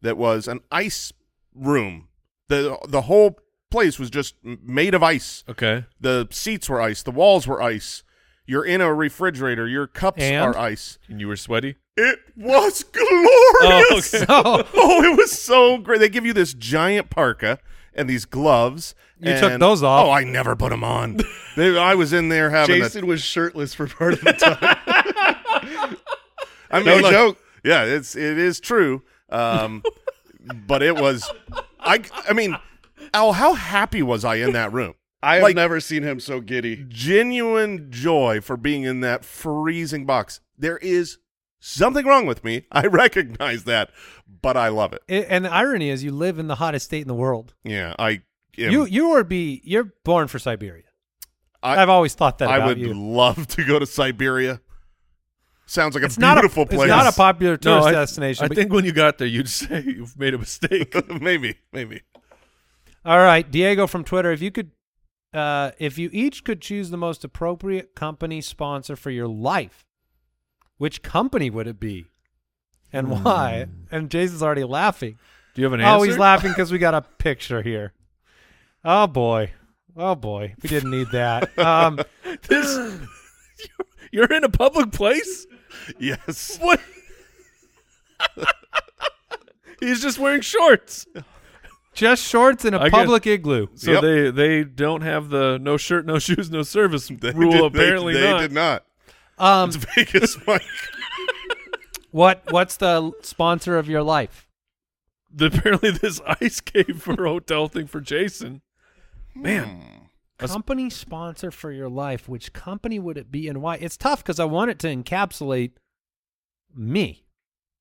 S6: that was an ice room. the The whole place was just m- made of ice.
S3: Okay.
S6: The seats were ice. The walls were ice. You're in a refrigerator. Your cups
S4: And?
S6: are ice.
S3: And you were sweaty? Oh,
S6: It was glorious.
S3: okay.
S4: So
S6: Oh, it was so great. They give you this giant parka and these gloves.
S4: You took
S6: and-
S4: those off.
S6: Oh, I never put them on. They- I was in there having. a-
S2: Jason was shirtless for part of the time.
S6: I mean,
S2: no
S6: look,
S2: joke.
S6: Yeah, it's it is true. Um, but it was. I I mean, Al, how happy was I in that room?
S2: I have
S6: Like-
S2: never seen him so giddy.
S6: Genuine joy for being in that freezing box. There is something wrong with me. I recognize that, but I love it.
S4: it, and the irony is, you live in the hottest state in the world.
S6: Yeah, I. am-
S4: You you would be you're born for Siberia.
S6: I-
S4: have always thought that
S6: I
S4: about
S6: would
S4: you.
S6: love to go to Siberia. Sounds like a
S4: It's not
S6: beautiful
S4: a,
S6: place.
S4: It's not a popular tourist destination.
S3: I
S4: but-
S3: think when you got there, you'd say you've made a mistake.
S6: maybe, maybe.
S4: All right, Diego from Twitter, if you could uh, if you each could choose the most appropriate company sponsor for your life, which company would it be? And why? And Jason's already laughing.
S3: Do you have Hmm. an
S4: Oh,
S3: answer?
S4: he's laughing because we got a picture here. Oh boy. Oh boy. We didn't need that. Um,
S3: This, you're in a public place?
S6: Yes.
S3: What? he's just wearing shorts.
S4: just shorts in a
S3: I guess-
S4: public igloo.
S3: So
S6: Yep.
S3: they, they don't have the no shirt, no shoes, no service rule,
S6: did-
S3: apparently
S6: they,
S3: not.
S6: did not.
S4: Um,
S6: It's Vegas, Mike.
S4: what what's the sponsor of your life?
S3: Apparently this ice cave for hotel thing for Jason. Man. A sp-
S4: company sponsor for your life, which company would it be and why? It's tough because I want it to encapsulate me,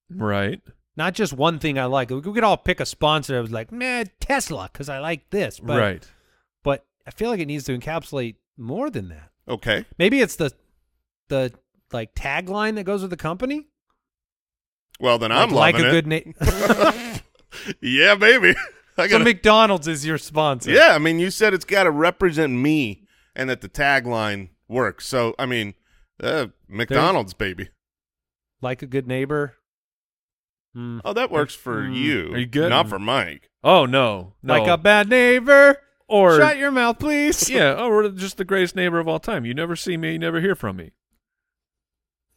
S3: Right.
S4: not just one thing I like. We could all pick a sponsor. I was like, man, Tesla, because I like this. But,
S3: right.
S4: But I feel like it needs to encapsulate more than that.
S6: Hmm. Okay.
S4: Maybe it's the the like tagline that goes with the company.
S6: Well, then I'm
S4: like, like
S6: loving
S4: a
S6: it.
S4: good name.
S6: yeah, baby. I
S4: so
S6: got.
S4: McDonald's is your sponsor.
S6: yeah, I mean, you said it's got to represent me, and that the tagline works. So, I mean, uh, McDonald's, baby.
S4: Like a good neighbor. Mm.
S6: Oh, that works for
S3: Mm.
S6: you.
S3: Are you good?
S6: Not for Mike.
S3: Oh no. no.
S4: Like a bad neighbor.
S3: or
S4: Shut your mouth, please.
S3: yeah, oh, we're just the greatest neighbor of all time. You never see me, you never hear from me.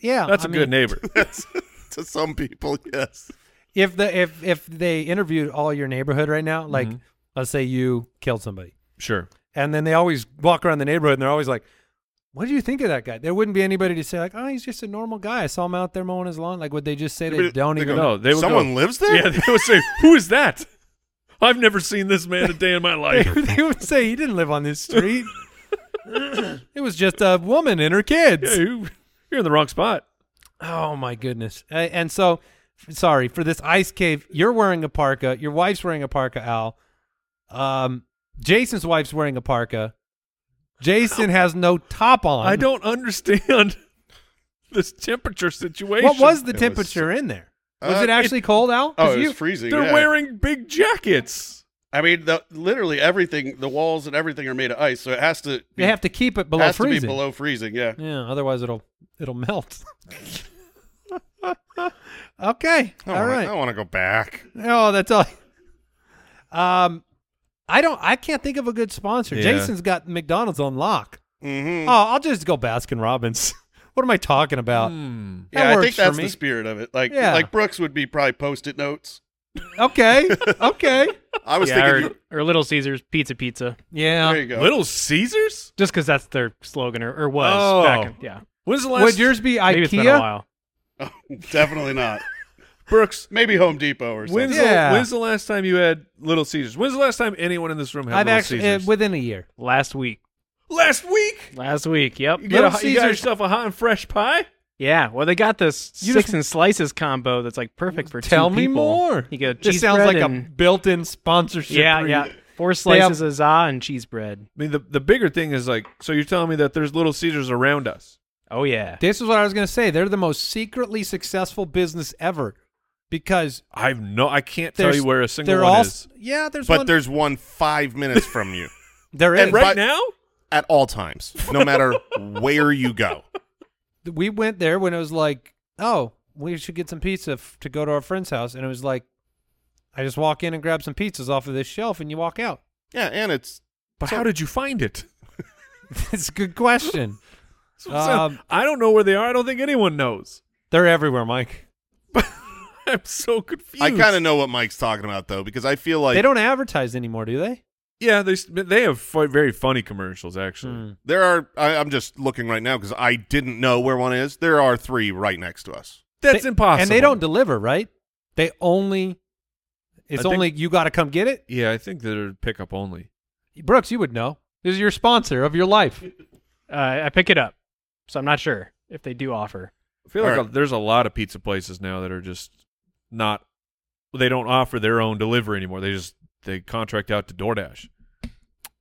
S4: Yeah.
S3: That's
S4: a
S3: a good neighbor.
S6: to some people, yes.
S4: if the if if they interviewed all your neighborhood right now, like
S3: Mhm.
S4: let's say you killed somebody,
S3: sure.
S4: and then they always walk around the neighborhood and they're always like, "What do you think of that guy?" There wouldn't be anybody to say like, "Oh, he's just a normal guy. I saw him out there mowing his lawn." Like, would they just say they
S6: They-
S4: don't
S6: they
S4: even
S6: go,
S4: know?
S3: No, they would
S6: Someone
S3: go,
S6: lives there.
S3: Yeah, they would say, "Who is that?" I've never seen this man a day in my life.
S4: they would say he didn't live on this street. it was just a woman and her
S3: Yeah,
S4: kids.
S3: you, you're in the wrong spot.
S4: Oh my goodness! A- And so, f- sorry for this ice cave. You're wearing a parka. Your wife's wearing a parka. Al, um, Jason's wife's wearing a parka. Jason has no top on.
S3: I don't understand this temperature situation.
S4: What was the
S6: was-
S4: temperature in there? Was
S6: Uh,
S4: it actually cold, Al?
S2: Oh,
S4: 'Cause
S2: it was
S4: you-
S2: freezing.
S3: They're
S2: yeah.
S3: wearing big jackets.
S2: I mean, the, literally everything, the walls and everything are made of ice, so it has to be,
S4: You have to keep it below
S2: has
S4: freezing.
S2: to be below freezing. Yeah.
S4: Yeah, otherwise it'll it'll melt. okay.
S6: I
S4: all
S6: wanna-
S4: right.
S6: I want to go back.
S4: Oh, that's all. Um, I don't. I can't think of a good sponsor.
S3: Yeah.
S4: Jason's got McDonald's on lock.
S6: Mm-hmm.
S4: Oh, I'll just go Baskin Robbins. what am I talking about?
S7: Mm.
S4: That
S2: yeah, I
S4: works
S2: think
S4: for
S2: that's
S4: me.
S2: the spirit of it. Like,
S4: Yeah.
S2: like Brooks would be probably post-it notes.
S4: Okay. okay.
S6: I was
S7: Yeah, or,
S6: thinking
S7: or Little Caesars Pizza Pizza,
S2: There
S4: Yeah.
S2: you go.
S3: Little Caesars?
S7: just because that's their slogan or, or was
S3: Oh.
S7: back. In, yeah,
S3: When's the last
S4: Would yours be
S7: maybe it's been a
S4: IKEA?
S7: while.
S2: Oh, Definitely not.
S3: Brooks?
S2: Maybe Home Depot or something.
S3: When's,
S4: Yeah.
S3: the, when's the last time you had Little Caesars? When's the last time anyone in this room had
S4: I've
S3: Little
S4: actually uh,
S3: Caesars?
S4: within a year.
S7: Last week,
S3: last week,
S7: last week. Yep.
S3: you, got
S4: Little
S3: a, you got
S4: Caesars-
S3: yourself a hot and fresh pie.
S7: Yeah. Well, they got this
S4: You
S7: six
S4: just-
S7: and slices combo that's like perfect for
S4: Tell
S7: two
S4: me
S7: people.
S4: more.
S7: You get a
S4: This
S7: cheese
S4: sounds
S7: bread
S4: like a
S7: and-
S4: built-in sponsorship.
S7: Yeah,
S4: for
S7: yeah.
S4: you.
S7: Four slices of za and cheese bread.
S3: I mean, the the bigger thing is like, so you're telling me that there's Little Caesars around us?
S7: Oh yeah.
S4: This is what I was going to say. They're the most secretly successful business ever because
S3: I've no, I can't tell
S4: There's-
S3: you where a single
S4: they're
S3: one
S4: all
S3: is.
S4: yeah. There's
S6: but
S4: one.
S6: there's one five minutes from you
S4: there is
S6: and
S3: Right
S6: But-
S3: now,
S6: at all times, no matter where you go.
S4: we went there when it was like, oh, we should get some pizza f- to go to our friend's house, and it was like, I just walk in and grab some pizzas off of this shelf, and you walk out.
S6: Yeah, and it's
S3: but how did you find it?
S4: That's a good question.
S3: So-
S4: Um,
S3: I don't know where they are. I don't think anyone knows.
S4: They're everywhere, Mike.
S3: I'm so confused.
S6: I kind of know what Mike's talking about though, because I feel like
S4: they don't advertise anymore, do they?
S3: yeah. They s- they have fu- very funny commercials actually.
S4: Hmm.
S6: there are. I, I'm just looking right now because I didn't know where one is. There are three right next to us.
S3: That's
S4: They-
S3: impossible.
S4: And they don't deliver, right? They only. It's
S3: think-
S4: only you got to come get it,
S3: Yeah, I think they're pickup only.
S4: Brooks. You would know. This is your sponsor of your life.
S7: Uh, I pick it up, so I'm not sure if they do offer.
S3: I feel
S6: All
S3: like
S6: right.
S3: a, there's a lot of pizza places now that are just not. They don't offer their own delivery anymore. They just they contract out to DoorDash.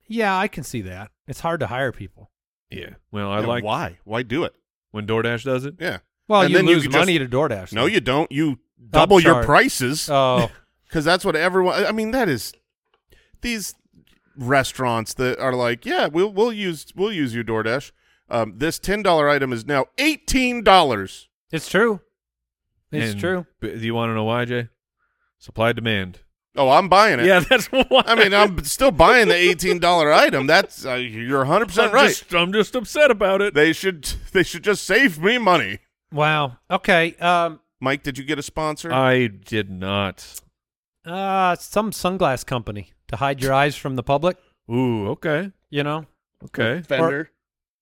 S4: Yeah, I can see that. It's hard to hire people.
S3: Yeah. Well, I
S6: And
S3: like
S6: why? Why do it?
S3: when DoorDash does it.
S6: Yeah.
S4: Well,
S6: And
S4: you
S6: then you
S4: lose
S6: could
S4: money
S6: just-
S4: to DoorDash.
S6: No,
S4: though.
S6: you don't. You double your
S4: Upcharge.
S6: prices
S4: Oh,
S6: because that's what everyone. I mean, that is these restaurants that are like, yeah, we'll we'll use we'll use your DoorDash. Um, this ten dollar item is now eighteen dollars.
S4: it's true. It's
S3: And-
S4: true.
S3: But do you want to know why, Jay? Supply and demand.
S6: Oh, I'm buying it.
S3: Yeah, that's why.
S6: I mean, I'm still buying the eighteen dollar item. That's uh, you're 100 percent
S3: I'm
S6: right.
S3: just- I'm just upset about it.
S6: they should they should just save me money.
S4: Wow. Okay. Um.
S6: Mike, did you get a sponsor?
S3: I did not.
S4: Uh. Some sunglass company to hide your eyes from the public.
S3: Ooh, okay,
S4: You know,
S3: okay.
S2: Fender.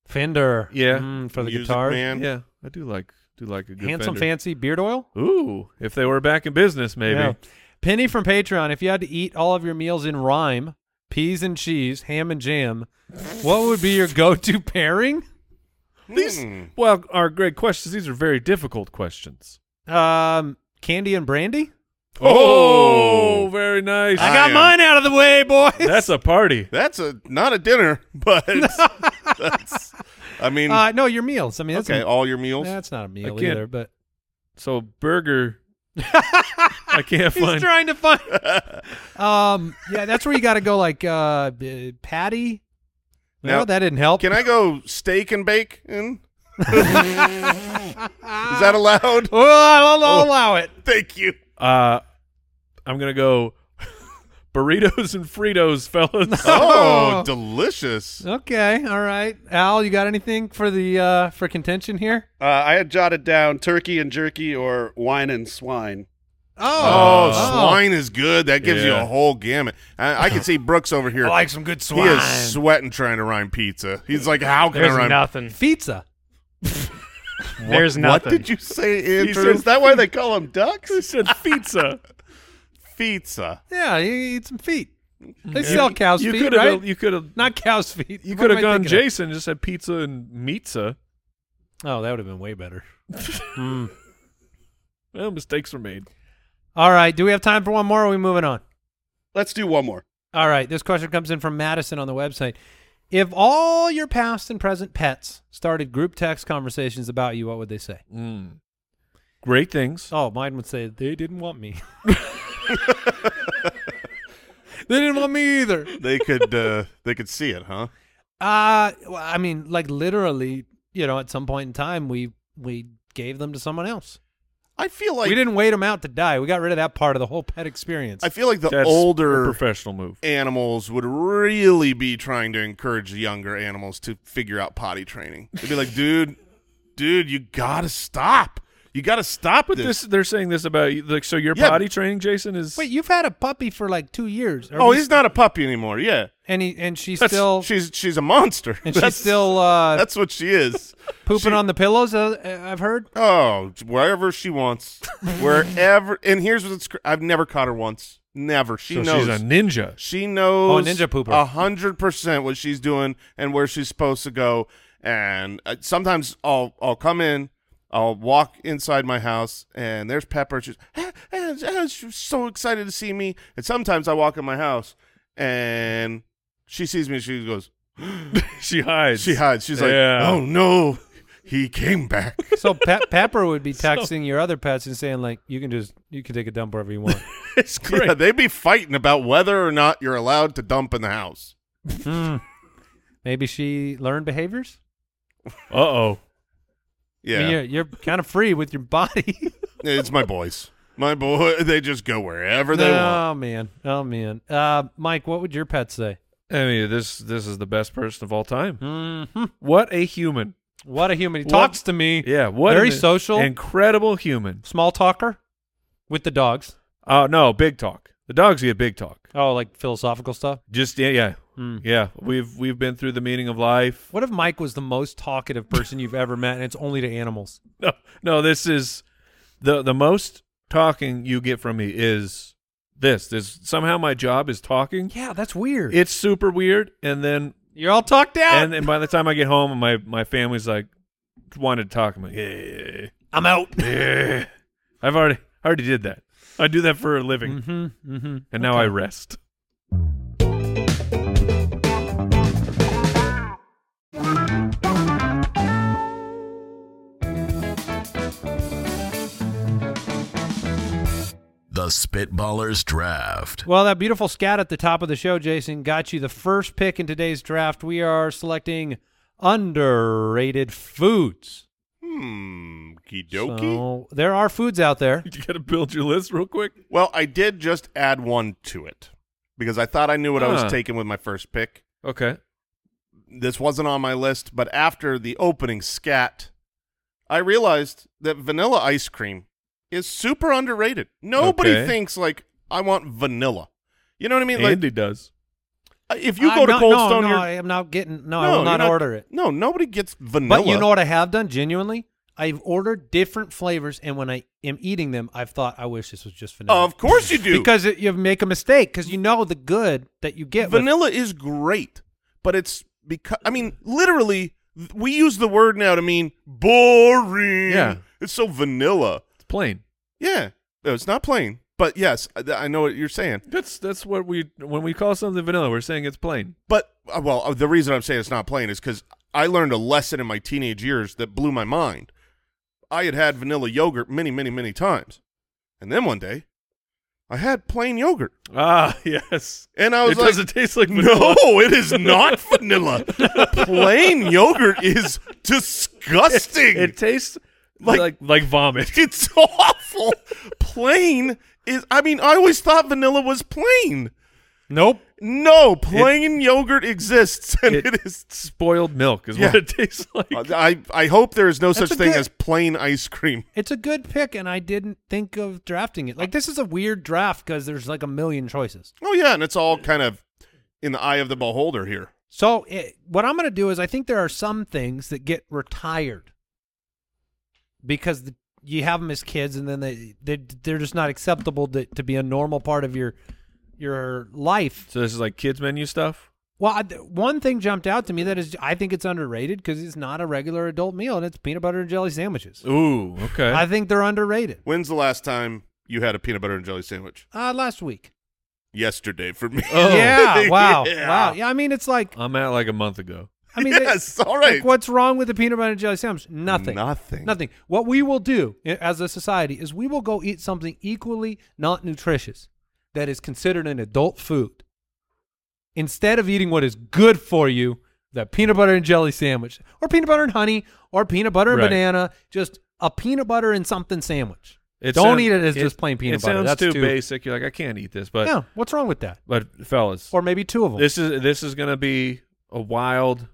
S4: Fender.
S3: Yeah.
S4: Mm, for the
S6: Music
S4: guitar.
S6: man.
S3: Yeah, I do like do like a good
S4: Handsome,
S3: Fender.
S4: fancy beard oil.
S3: Ooh, if they were back in business, maybe.
S4: Yeah. Penny from Patreon. If you had to eat all of your meals in rhyme, peas and cheese, ham and jam, what would be your go-to pairing?
S6: These,
S3: Well, our great questions. These are very difficult questions.
S4: Um. Candy and brandy.
S3: Oh, very nice.
S6: I got mine
S4: out of the way, boy.
S3: That's a party.
S6: That's a not a dinner, but that's, I mean,
S4: Uh, no, your meals. I mean, that's
S6: okay, all your meals.
S4: that's not a meal
S3: Again,
S4: either. But
S3: So burger. I can't
S4: He's
S3: find.
S4: trying to find. um, yeah, that's where you got to go, like uh, b- patty. No,
S6: Now-
S4: that didn't help.
S6: Can I go steak and bake in? Is that allowed?
S4: Oh, I'll, I'll allow it.
S6: Thank you.
S3: uh, I'm gonna go burritos and Fritos, fellas.
S6: Oh, delicious.
S4: Okay, all right. Al, you got anything for the uh, for contention here?
S2: Uh, I had jotted down turkey and jerky or wine and swine.
S6: Oh,
S3: Oh.
S6: swine is good. That gives you
S3: Yeah.
S6: a whole gamut. I, I can see Brooks over here.
S4: like some good
S6: he is sweating trying to rhyme pizza. He's like, how can
S7: There's
S6: I rhyme?
S7: nothing.
S4: Pizza.
S7: There's
S6: What
S7: nothing.
S6: did you say, Andrew?
S2: Is that why they call them ducks?
S3: said pizza.
S6: pizza?
S4: Yeah, you eat some feet. They sell cow's
S3: you
S4: feet,
S3: could have.
S4: right?
S3: You could have.
S4: Not cow's feet.
S3: You
S4: What
S3: could
S4: am
S3: have
S4: I
S3: gone
S4: thinking of?
S3: Jason. Just had pizza and pizza.
S4: Oh, that would have been way better.
S3: Well, mistakes were made.
S4: All right. Do we have time for one more? Or are we moving on?
S2: Let's do one more.
S4: All right. This question comes in from Madison on the website. If all your past and present pets started group text conversations about you, what would they say?
S3: Great things.
S4: Oh, mine would say they didn't want me. They didn't want me either.
S6: They could uh, they could see it, huh?
S4: Uh, well, I mean, like literally, you know, at some point in time, we we gave them to someone else.
S6: I feel like
S4: we didn't wait them out to die. We got rid of that part of the whole pet experience.
S6: I feel like the
S3: That's a
S6: older
S3: professional move.
S6: animals would really be trying to encourage the younger animals to figure out potty training. They'd be like, dude, dude, you gotta stop. You gotta stop
S3: But this,
S6: this.
S3: they're saying this about you. Like, so your
S6: Yeah.
S3: potty training, Jason, is
S4: Wait, you've had a puppy for like two years. Are
S6: Oh,
S4: we-
S6: he's not a puppy anymore. Yeah,
S4: and he, and she's
S6: That's-
S4: still
S6: she's she's a monster.
S4: and
S6: That's-
S4: she's still uh,
S6: that's what she is.
S4: pooping
S6: she-
S4: on the pillows. Uh, I've heard.
S6: Oh, wherever she wants, wherever. And here's what's. cr- I've never caught her once. Never. She
S3: so
S6: knows.
S3: she's a ninja.
S6: She
S4: Oh,
S6: knows
S4: ninja pooper.
S6: a hundred percent what she's doing and where she's supposed to go. And uh, sometimes I'll I'll come in, I'll walk inside my house, and there's Pepper. She's "Ah, ah, ah," she's so excited to see me. And sometimes I walk in my house, and she sees me. She goes,
S3: She hides.
S6: she hides. She's like,
S3: Yeah.
S6: oh no, he came back.
S4: So Pe- Pepper would be texting your other pets and saying like, "You can just you can take a dump wherever you want."
S3: It's great.
S6: Yeah, they'd be fighting about whether or not you're allowed to dump in the house.
S4: Hmm. Maybe she learned behaviors.
S3: Uh oh.
S6: Yeah,
S4: I mean, you're, you're kind of free with your body.
S6: it's my boys. My boy, they just go wherever they want.
S4: oh man, oh man. Uh, Mike, what would your pet say?
S3: I mean, this this is the best person of all time.
S4: Mm-hmm.
S3: What a human.
S4: What a human! He
S3: What-
S4: talks to me.
S3: Yeah. What
S4: Very
S3: an
S4: social.
S3: Incredible human.
S4: Small talker with the dogs.
S3: Oh no, big talk. The dogs get big talk.
S4: Oh, like philosophical stuff.
S3: Just yeah, yeah,
S4: Hmm.
S3: yeah. We've we've been through the meaning of life.
S4: What if Mike was the most talkative person you've ever met, and it's only to animals?
S3: No, no. This is the the most talking you get from me is this. This somehow my job is talking.
S4: Yeah, that's weird.
S3: It's super weird. And then
S4: you're all talked out.
S3: and, and by the time I get home, my my family's like wanted to talk. I'm like, yeah,
S4: I'm out.
S3: yeah. I've already already did that. I do that for a living,
S4: mm-hmm, mm-hmm.
S3: and now I rest.
S1: The Spitballers Draft.
S4: Well, that beautiful scat at the top of the show, Jason, got you the first pick in today's draft. We are selecting underrated foods.
S6: Hmm. Okie dokie.
S4: So there are foods out there.
S3: You gotta build your list real quick.
S6: well, I did just add one to it because I thought I knew what I
S3: Huh.
S6: was taking with my first pick.
S3: Okay.
S6: This wasn't on my list, but after the opening scat, I realized that vanilla ice cream is super underrated. Nobody
S3: Okay.
S6: thinks like I want vanilla. You know what I mean?
S3: Andy does.
S6: Like if you
S4: I'm
S6: go to
S4: not-
S6: Cold
S4: no,
S6: Stone,
S4: no,
S6: you're,
S4: I'm not getting. No, I will
S6: you're
S4: not, order it.
S6: No, nobody gets vanilla.
S4: But you know what I have done? Genuinely, I've ordered different flavors, and when I am eating them, I've thought, I wish this was just vanilla.
S6: Of course you do.
S4: because it, you make a mistake because you know the good that you get. with-
S6: vanilla is great, but it's because I mean, literally, th- we use the word now to mean boring.
S3: Yeah.
S6: it's so vanilla.
S3: It's plain.
S6: Yeah, no, it's not plain, but yes, I, I know what you're saying.
S3: That's that's what we when we call something vanilla, we're saying it's plain.
S6: But uh, well, uh, the reason I'm saying it's not plain is because I learned a lesson in my teenage years that blew my mind. I had had vanilla yogurt many, many, many times, and then one day, I had plain yogurt,
S3: Ah, yes.
S6: and I was
S3: It
S6: like,
S3: doesn't taste like vanilla.
S6: No, it is not vanilla. Plain yogurt is disgusting.
S3: It tastes
S6: Like-
S3: like like, vomit.
S6: it's awful. Plain is I mean, I always thought vanilla was plain.
S4: nope.
S6: No, plain yogurt exists and
S3: it-
S6: it is
S3: Spoiled milk is what
S6: Yeah.
S3: it tastes like.
S6: I I hope there is no
S4: That's
S6: such
S4: a
S6: thing
S4: good-
S6: as plain ice cream.
S4: It's a good pick, and I didn't think of drafting it. Like this is a weird draft because there's like a million choices.
S6: Oh yeah, and it's all kind of in the eye of the beholder here.
S4: So it, what I'm going to do is I think there are some things that get retired because the, you have them as kids, and then they, they they're just not acceptable to, to be a normal part of your your life.
S3: So this is like kids menu stuff.
S4: Well, I, one thing jumped out to me that is I think it's underrated because it's not a regular adult meal, and it's peanut butter and jelly sandwiches.
S3: Ooh, okay.
S4: I think they're underrated.
S6: When's the last time you had a peanut butter and jelly sandwich?
S4: Uh, last week.
S6: Yesterday for me.
S3: Oh.
S4: Yeah. Wow.
S6: Yeah.
S4: Wow. Yeah. I mean, it's like
S3: I'm at like a month ago.
S4: I mean, they-
S6: yes, all right.
S4: Like, what's wrong with the peanut butter and jelly sandwich? Nothing.
S6: Nothing.
S4: Nothing. What we will do i- as a society is we will go eat something equally not nutritious that is considered an adult food. instead of eating what is good for you, the peanut butter and jelly sandwich, or peanut butter and honey, or peanut butter and
S3: Right.
S4: banana, just a peanut butter and something sandwich.
S3: It
S4: Don't
S3: sound-
S4: eat it as just plain peanut
S3: it
S4: butter.
S3: sounds
S4: That's
S3: too,
S4: too-
S3: basic. You're like, I can't eat this, but
S4: yeah, what's wrong with that?
S3: but fellas,
S4: Or maybe two of them.
S3: this is this is going to be a wild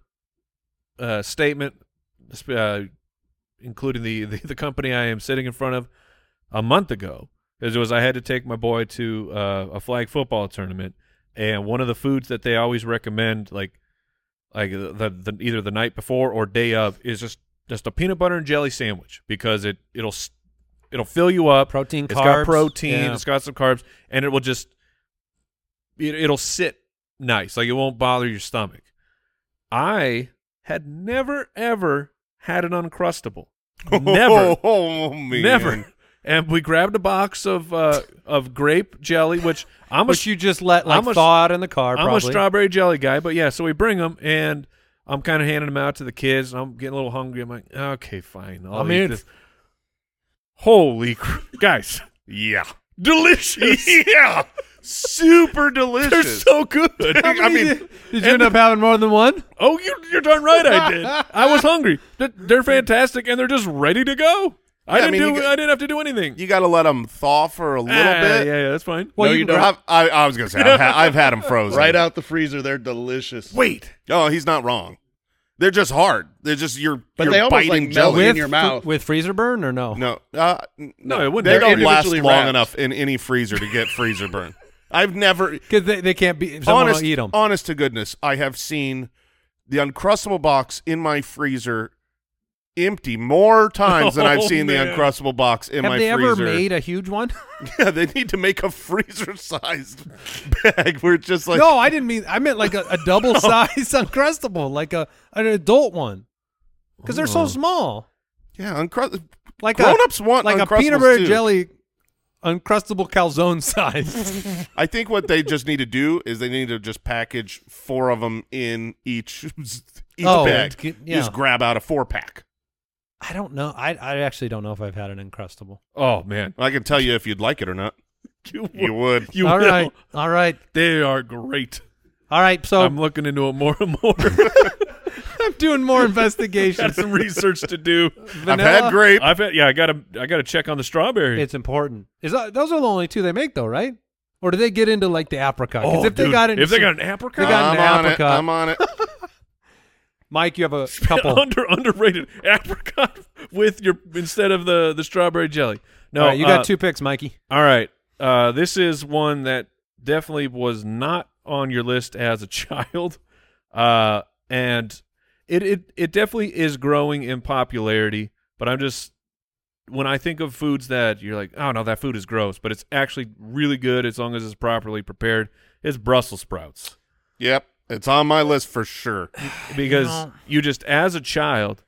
S3: uh, statement, sp- uh, including the, the the company I am sitting in front of. A month ago, as it was, I had to take my boy to uh, a flag football tournament, and one of the foods that they always recommend, like like the, the, the either the night before or day of, is just just a peanut butter and jelly sandwich because it it'll s- it'll fill you up.
S4: protein,
S3: It's got
S4: carbs,
S3: protein.
S4: yeah.
S3: It's got some carbs, and it will just it, it'll sit nice. Like it won't bother your stomach. I had never ever had an uncrustable. Never,
S6: Oh, man.
S3: never. And we grabbed a box of uh, of grape jelly, which I'm a
S4: Which you just let like
S3: I'm a-
S4: thaw out in the car.
S3: I'm a
S4: probably.
S3: strawberry jelly guy, but yeah, so we bring them and I'm kind of handing them out to the kids and I'm getting a little hungry. I'm like, okay, fine. I'll
S4: I
S3: eat
S4: mean,
S3: this. Holy cr- guys,
S6: Yeah.
S3: delicious.
S6: Yeah. Super
S3: They're
S6: delicious.
S3: so good.
S6: I mean,
S4: did you end up having more than one?
S3: oh, you, you're darn right I did. I was hungry. They're, they're fantastic and they're just ready to go. I
S6: Yeah, I
S3: didn't
S6: mean, you
S3: do.
S6: got-
S3: I didn't have to do anything.
S6: you got to let them thaw for a little
S3: Ah,
S6: bit.
S3: Yeah, yeah, that's fine.
S4: Well,
S2: no, you,
S4: you-
S2: don't.
S6: I've, I, I was gonna say I've, ha- I've had them frozen.
S2: Right out the freezer, they're delicious.
S6: Wait. Oh, he's not wrong. They're just hard. They're just you're.
S2: But
S6: you're
S2: they almost,
S6: biting
S2: like,
S3: Oh,
S6: jelly.
S2: melt
S4: with
S2: your
S4: fr-
S2: mouth.
S4: with freezer burn or no?
S6: No, uh, n-
S3: No, it wouldn't.
S6: They
S3: They're
S6: don't last
S2: individually
S6: long
S2: wrapped.
S6: enough in any freezer to get freezer burn. I've never
S4: Because they, they can't be. Someone
S6: honest,
S4: will eat them.
S6: honest to goodness, I have seen the uncrustable box in my freezer empty more times than I've
S3: Oh,
S6: seen
S3: man.
S6: the uncrustable box in
S4: Have
S6: my
S4: they
S6: freezer.
S4: ever made a huge one?
S6: yeah, they need to make a freezer sized bag where it's just like
S4: no, I didn't mean. I meant like a, a double size uncrustable, like a an adult one, because they're so
S3: Ooh.
S4: small.
S6: yeah, uncrustable.
S4: Like a-
S6: Oh. Grown-ups want
S4: like a peanut
S6: Uncrustables
S4: butter
S6: too.
S4: jelly uncrustable calzone size.
S6: I think what they just need to do is they need to just package four of them in each each
S4: Oh,
S6: bag.
S4: g-
S6: You Just
S4: yeah.
S6: grab out a four pack.
S4: I don't know. I I actually don't know if I've had an uncrustable.
S3: Oh man,
S6: I can tell you if you'd like it or not.
S3: you,
S6: You would.
S3: you
S4: all
S3: will.
S4: right, all right,
S3: They are great.
S4: all right. So
S3: I'm
S4: I'm,
S3: looking into it more and more.
S4: doing more
S3: Got
S4: investigation.
S3: some research to do.
S6: I've
S4: Vanilla-
S6: had grape.
S3: I've had, yeah, I gotta I gotta check on the strawberry.
S4: It's important. Is that, those are the only two they make though, right? Or do they get into like the apricot? 'Cause
S3: oh,
S4: if they
S3: dude,
S4: got into
S3: if they
S4: some-
S3: got an apricot,
S4: they got
S6: I'm
S4: an
S6: on it.
S4: apricot.
S6: I'm on it.
S4: Mike, you have a couple.
S3: under underrated apricot with your instead of the the strawberry jelly. No,
S4: all right, you got
S3: uh,
S4: two picks, Mikey.
S3: All right, uh, this is one that definitely was not on your list as a child, uh, and it it it definitely is growing in popularity. But I'm just when I think of foods that you're like, oh no, that food is gross, but it's actually really good as long as it's properly prepared. It's Brussels sprouts.
S6: Yep. It's on my list for sure.
S3: because you,
S4: know-
S3: just as a child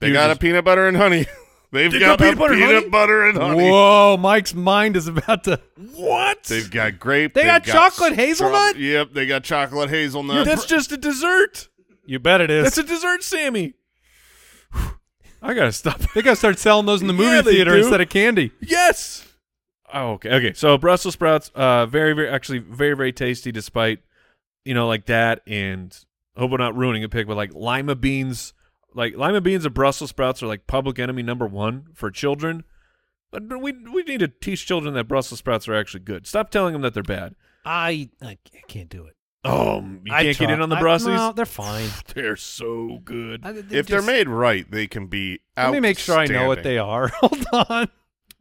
S6: They
S3: you
S6: got
S3: just-
S6: a peanut butter and honey. They've
S3: They got
S6: got,
S3: peanut
S6: a
S3: butter and
S6: peanut
S3: honey?
S6: butter and honey.
S4: Whoa, Mike's mind is about to.
S3: what
S6: They've got grape.
S4: They
S6: they've
S4: got chocolate
S6: straw-
S4: hazelnut?
S6: Yep, they got chocolate hazelnut.
S3: that's just a dessert
S4: You bet it is.
S3: that's a dessert sammy i gotta stop
S4: they gotta start selling those in the movie
S3: Yeah, they
S4: theater
S3: do.
S4: instead of candy.
S3: yes oh okay okay so brussels sprouts uh very very actually very very tasty despite you know like that and hope we're not ruining a pick but like lima beans like lima beans and brussels sprouts are like public enemy number one for children but we we need to teach children that brussels sprouts are actually good stop telling them that they're bad
S4: I I can't do it.
S3: Oh, you can't get in on the Brussels.
S4: No, they're fine.
S3: They're so good.
S6: if they're made right, they can be
S4: let me make sure I know what they are. Hold on.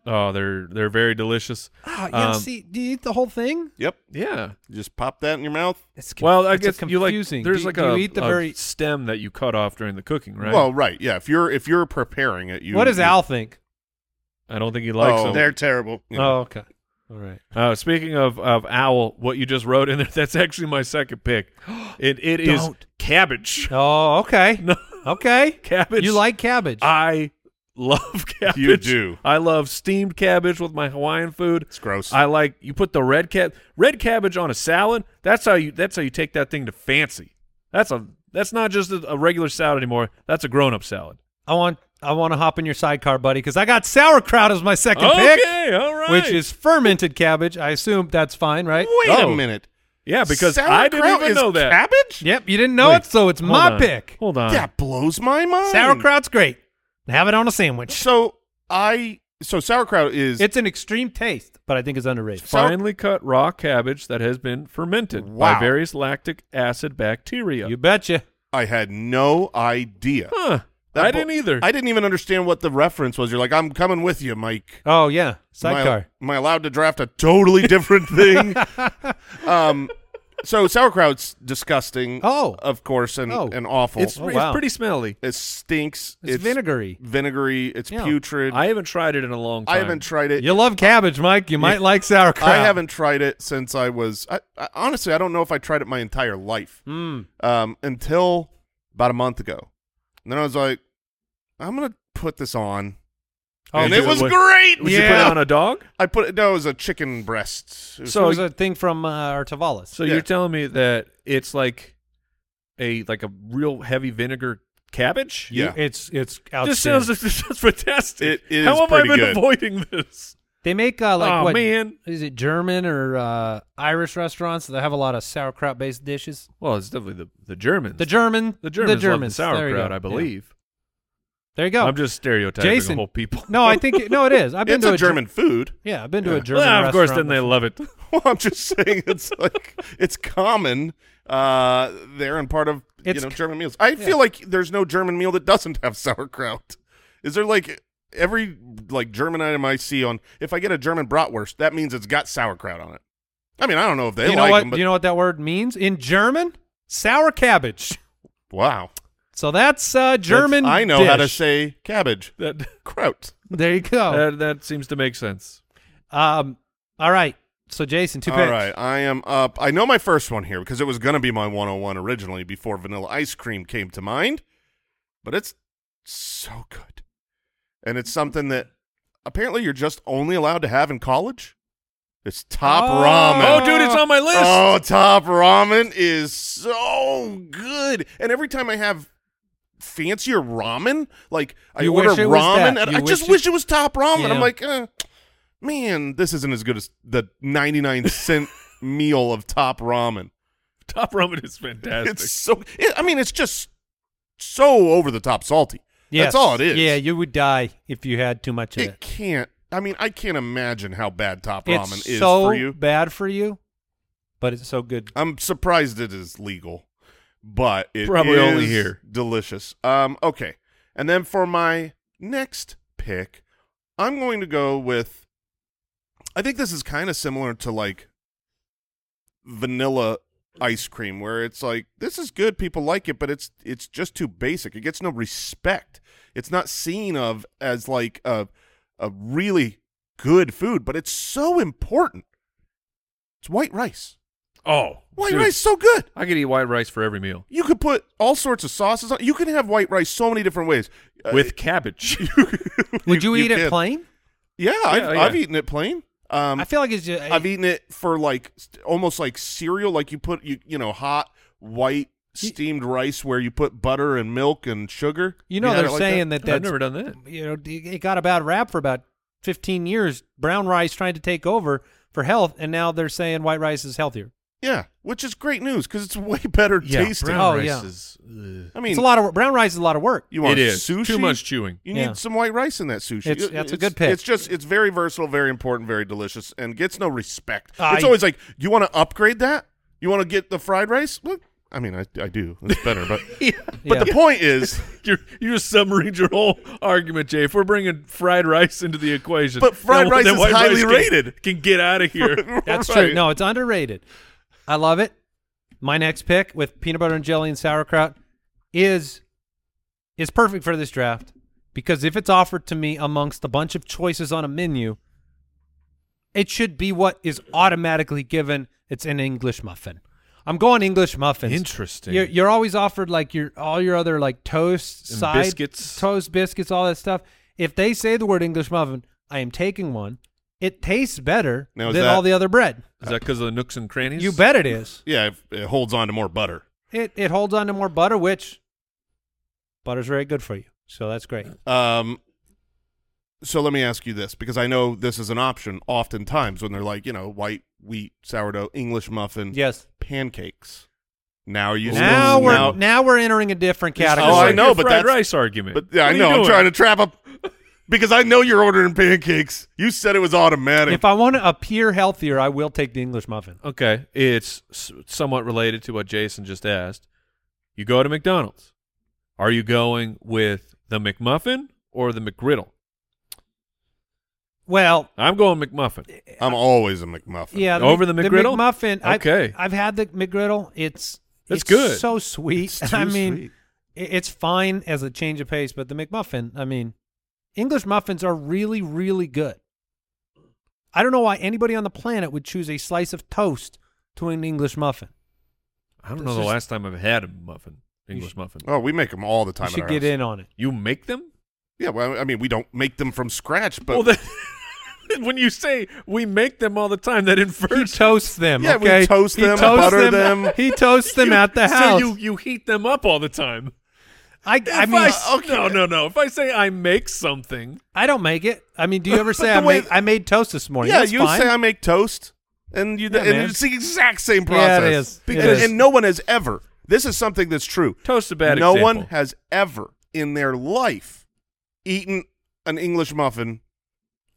S3: Oh, they're they're very delicious.
S4: Ah, yeah.
S3: Um,
S4: see, do you eat the whole thing?
S6: Yep.
S3: Yeah.
S6: Just pop that in your mouth.
S4: It's con-
S3: Well, I
S4: it's a
S3: guess you like
S4: confusing.
S3: there's
S4: do,
S3: like
S4: do
S3: a,
S4: you eat the
S3: a
S4: very.
S3: stem that you cut off during the cooking, right?
S6: Well, right. Yeah, if you're if you're preparing it, you
S4: what does
S6: you-
S4: Al think?
S3: I don't think he likes
S6: Oh,
S3: them.
S2: They're terrible.
S6: Yeah.
S4: Oh, okay. All right.
S3: Uh, speaking of of owl, what you just wrote in there, that's actually my second pick. It it is
S4: Don't.
S3: cabbage.
S4: Oh, okay.
S3: No,
S4: Okay.
S3: cabbage.
S4: You like cabbage?
S3: I love cabbage.
S6: You do.
S3: I love steamed cabbage with my Hawaiian food.
S6: It's gross.
S3: I like you put the red cab red cabbage on a salad. That's how you that's how you take that thing to fancy. That's a that's not just a, a regular salad anymore. That's a grown up salad.
S4: I want I want to hop in your sidecar, buddy, because I got sauerkraut as my second
S3: okay,
S4: pick,
S3: all right.
S4: which is fermented cabbage. I assume that's fine, right?
S6: Wait
S3: Oh.
S6: a minute.
S3: Yeah, because I
S6: Sauerkraut
S3: didn't even
S6: is
S3: know that.
S6: Cabbage?
S4: Yep, you didn't know
S3: Wait,
S4: it, so it's
S3: Hold
S4: my
S3: on.
S4: pick.
S3: Hold on.
S6: That blows my mind.
S4: Sauerkraut's great. Have it on a sandwich.
S6: So I so sauerkraut is
S4: It's an extreme taste, but I think it's underrated.
S6: Sau-
S3: Finely cut raw cabbage that has been fermented
S6: Wow.
S3: by various lactic acid bacteria.
S4: You betcha.
S6: I had no idea.
S3: huh.
S6: That
S3: I
S6: blo-
S3: didn't either.
S6: I didn't even understand what the reference was. You're like, I'm coming with you, Mike.
S4: Oh yeah,
S6: Am I-
S4: sidecar.
S6: Am I, allowed to draft a totally different thing? um, so sauerkraut's disgusting.
S4: Oh.
S3: uh,
S6: of course, and
S4: Oh.
S6: and awful.
S3: it's,
S4: Oh,
S3: it's
S4: wow.
S3: pretty smelly.
S6: it stinks.
S4: It's, vinegary.
S6: Vinegary. It's
S4: Yeah.
S6: putrid.
S3: I haven't tried it in a long time.
S6: I haven't tried it.
S4: You love cabbage, Mike. You might like sauerkraut.
S6: I haven't tried it since I was. I, I, honestly, I don't know if I tried it my entire life
S4: Mm.
S6: um, until about a month ago. And then I was like, I'm gonna put this on,
S3: Oh,
S6: and
S3: you
S6: it
S3: did
S6: was
S3: what-
S6: great.
S3: Would you put it on a dog?
S6: I put it. No, it was a chicken breast. It was-
S4: So
S3: So
S4: it was a thing from uh, our Tavalis.
S3: So
S6: Yeah.
S3: you're telling me that it's like a like a real heavy vinegar cabbage?
S6: Yeah.
S4: it's it's
S3: This sounds this sounds fantastic.
S6: It is
S3: How have I
S6: pretty
S3: been
S6: good.
S3: avoiding this?
S4: They make uh, like
S3: Aw,
S4: what
S3: Oh, man.
S4: is it German or uh, Irish restaurants that have a lot of sauerkraut based dishes?
S3: Well, it's definitely the the Germans.
S4: The German,
S3: the Germans,
S4: the Germans.
S3: love the
S4: There you
S3: sauerkraut,
S4: go.
S3: I believe.
S4: Yeah. There you go.
S3: I'm just stereotyping
S4: Jason.
S3: whole people.
S4: no, I think it, no, it is. I've been
S6: it's
S4: to
S6: a
S4: Ger-
S6: German food.
S4: yeah, I've been to
S6: Yeah.
S4: a German.
S3: Well, Ah, of course,
S4: restaurant
S3: then they
S4: before.
S3: love it.
S6: Well, I'm just saying it's like it's common uh, there and part of you
S4: It's
S6: know
S4: c-
S6: German meals. I feel like there's no German meal that doesn't have sauerkraut. Is there like every like German item I see on if I get a German bratwurst, that means it's got sauerkraut on it. I mean, I don't know if they
S4: you know
S6: like
S4: what?
S6: them, but
S4: you know what that word means in German? Sour cabbage.
S6: wow,
S4: So that's uh,
S6: That's-
S4: German.
S6: I know how to
S4: dish.
S6: say cabbage,
S3: That
S6: kraut.
S4: There you go.
S3: that, that seems to make sense.
S4: um, all right. So Jason, two
S6: All
S4: picks.
S6: right, I am up. I know my first one here because it was going to be my 101 originally before vanilla ice cream came to mind, but it's so good. And it's something that apparently you're just only allowed to have in college. It's top
S4: Oh.
S6: ramen.
S3: Oh, dude, it's on my list.
S6: Oh, top ramen is so good. And every time I have fancier ramen, like I
S4: You
S6: order
S4: wish it was
S6: ramen,
S4: that.
S6: and
S4: You
S6: I
S4: wish
S6: just
S4: it-
S6: wish it was top ramen.
S4: Yeah.
S6: I'm like, eh, man, this isn't as good as the 99 cent meal of top ramen.
S3: Top ramen is fantastic.
S6: It's so. It, I mean, it's just so over the top salty.
S4: Yes.
S6: That's all it is.
S4: Yeah, you would die if you had too much of
S6: It
S4: it.
S6: can't. I mean, I can't imagine how bad top ramen
S4: It's
S6: is
S4: so
S6: for you.
S4: bad for you, but it's so good.
S6: I'm surprised it is legal, but it
S3: Probably
S6: is
S3: only here.
S6: Delicious. Um, okay, and then for my next pick, I'm going to go with. I think this is kind of similar to like vanilla ice cream, where it's like this is good, people like it, but it's it's just too basic. It gets no respect. It's not seen of as like a a really good food, but it's so important. It's white rice.
S3: oh,
S6: White
S3: dude,
S6: rice so good.
S3: I could eat white rice for every meal
S6: You could put all sorts of sauces on. You can have white rice so many different ways. Uh,
S3: with cabbage.
S4: Would you, eat it
S6: can.
S4: plain?
S6: Yeah, I've,
S3: yeah.
S6: I've eaten it plain. Um,
S4: I feel like it's just.
S6: I've eaten it for like st- almost like cereal. Like you put you you know hot white steamed rice where you put butter and milk and sugar.
S4: you know,
S6: had
S4: they're
S6: it like that?
S4: saying that,
S3: I've
S4: that's
S3: never done that.
S4: you know it got a bad rap for about 15 years. Brown rice trying to take over for health, and now they're saying white rice is healthier.
S6: Yeah, which is great news because it's way better tasting.
S4: brown Oh, rice yeah.
S3: is.
S6: I mean,
S4: It's a lot of brown rice is a lot of work.
S6: you want
S3: it is
S6: sushi?
S3: too much chewing.
S6: You
S4: Yeah.
S6: need some white rice in that sushi.
S4: It's-
S6: It-
S4: that's a good pick.
S6: It's just it's very versatile, very important, very delicious, and gets no respect.
S4: I-
S6: it's always like you want to upgrade that. You want to get the fried rice. Well, I mean, I, I do. It's better, but but
S4: Yeah.
S6: the point is,
S3: You're, you just submarine your whole argument, Jay. If we're bringing fried rice into the equation,
S6: But fried
S3: then-
S6: rice
S3: then
S6: is
S3: white
S6: highly
S3: can-
S6: rated.
S3: Can get out of here.
S4: That's true.
S6: Right.
S4: No, it's underrated. I love it. My next pick with peanut butter and jelly and sauerkraut is is perfect for this draft because if it's offered to me amongst a bunch of choices on a menu, it should be what is automatically given. It's an English muffin. I'm going English muffins.
S3: Interesting.
S4: You're, you're always offered like your all your other like toast,
S3: And
S4: side
S3: biscuits.
S4: toast, biscuits, all that stuff. If they say the word English muffin, I am taking one. It tastes better
S6: Now, is
S4: than
S6: that-
S4: all the other bread.
S3: Is that because of the nooks and crannies?
S4: You bet it is.
S6: yeah, it, it holds on to more butter.
S4: It it holds on to more butter, which butter's very good for you. So that's great.
S6: Um, so let me ask you this because I know this is an option oftentimes when they're like, you know, white wheat, sourdough, English muffin,
S4: Yes.
S6: pancakes. Now are you
S4: Now
S6: still,
S4: we're
S6: now,
S4: now we're entering a different category.
S6: Oh, I
S3: Like
S6: know,
S3: your
S6: but
S3: fried
S6: that's-
S3: rice argument.
S6: but yeah,
S3: What
S6: I
S3: are you
S6: know I'm
S3: doing?
S6: trying to trap up because I know you're ordering pancakes. You said it was automatic.
S4: If I want to appear healthier, I will take the English muffin.
S3: Okay, it's s- somewhat related to what Jason just asked. You go to McDonald's. Are you going with the McMuffin or the McGriddle?
S4: Well,
S3: I'm going McMuffin.
S4: Eh,
S6: I'm always a McMuffin.
S4: yeah,
S3: Over the McGriddle?
S4: McMuffin. I-
S3: Okay.
S4: I've had the McGriddle. It's
S3: That's
S4: it's
S3: good.
S4: So sweet.
S6: It's
S4: I
S6: too
S4: mean,
S6: sweet.
S4: i- it's fine as a change of pace, but the McMuffin. I mean, English muffins are really, really good. I don't know why anybody on the planet would choose a slice of toast to an English muffin.
S3: I don't
S4: This
S3: know the
S4: is-
S3: last time I've had a muffin, English muffin.
S6: Oh, we make them all the time.
S4: You
S6: at
S4: should
S6: our
S4: get
S6: house.
S4: in on it.
S3: You make them?
S6: Yeah, well, I mean, we don't make them from scratch, but
S3: well, then, when you say we make them all the time, that
S4: He
S3: infers
S4: toasts them.
S6: Yeah, we
S4: okay?
S6: toast
S4: He
S6: them,
S4: toasts
S6: butter them.
S4: He toasts them
S3: You-
S4: at the
S3: So
S4: house.
S3: you you heat them up all the time.
S4: I,
S3: If
S4: I
S3: I,
S4: mean, uh,
S3: s-
S6: oh.
S3: no, no, no. If I say I make something,
S4: I don't make it. I mean, do you ever say
S6: The
S4: I
S6: way-
S4: made I made toast this morning?
S6: yeah,
S4: That's
S6: you
S4: fine.
S6: say I make toast, and you
S4: Yeah,
S6: and
S4: man.
S6: it's the exact same
S4: Yeah, it
S6: process.
S4: is. It
S6: And,
S4: is.
S6: and no one has ever. This is something that's true.
S3: toast a bad
S6: no
S3: example.
S6: one has ever in their life eaten an English muffin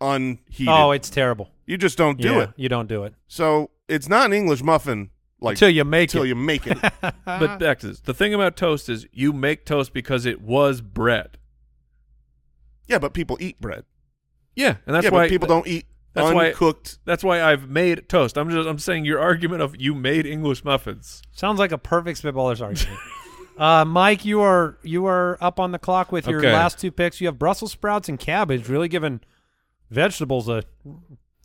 S6: unheated.
S4: oh, it's terrible.
S6: you just don't do
S4: Yeah,
S6: it.
S4: You don't do it
S6: So it's not an English muffin like
S4: until you make
S6: till
S4: it.
S6: you make it.
S3: But back to this. The thing about toast is you make toast because it was bread.
S6: yeah, but people eat bread.
S3: Yeah, and that's
S6: yeah,
S3: why
S6: but people don't eat
S3: that's why-
S6: uncooked.
S3: That's why I've made toast. I'm just I'm saying your argument of you made English muffins.
S4: Sounds like a perfect spitballer's argument. uh, Mike, you are you are up on the clock with your
S3: Okay.
S4: last two picks. You have Brussels sprouts and cabbage. Really giving vegetables a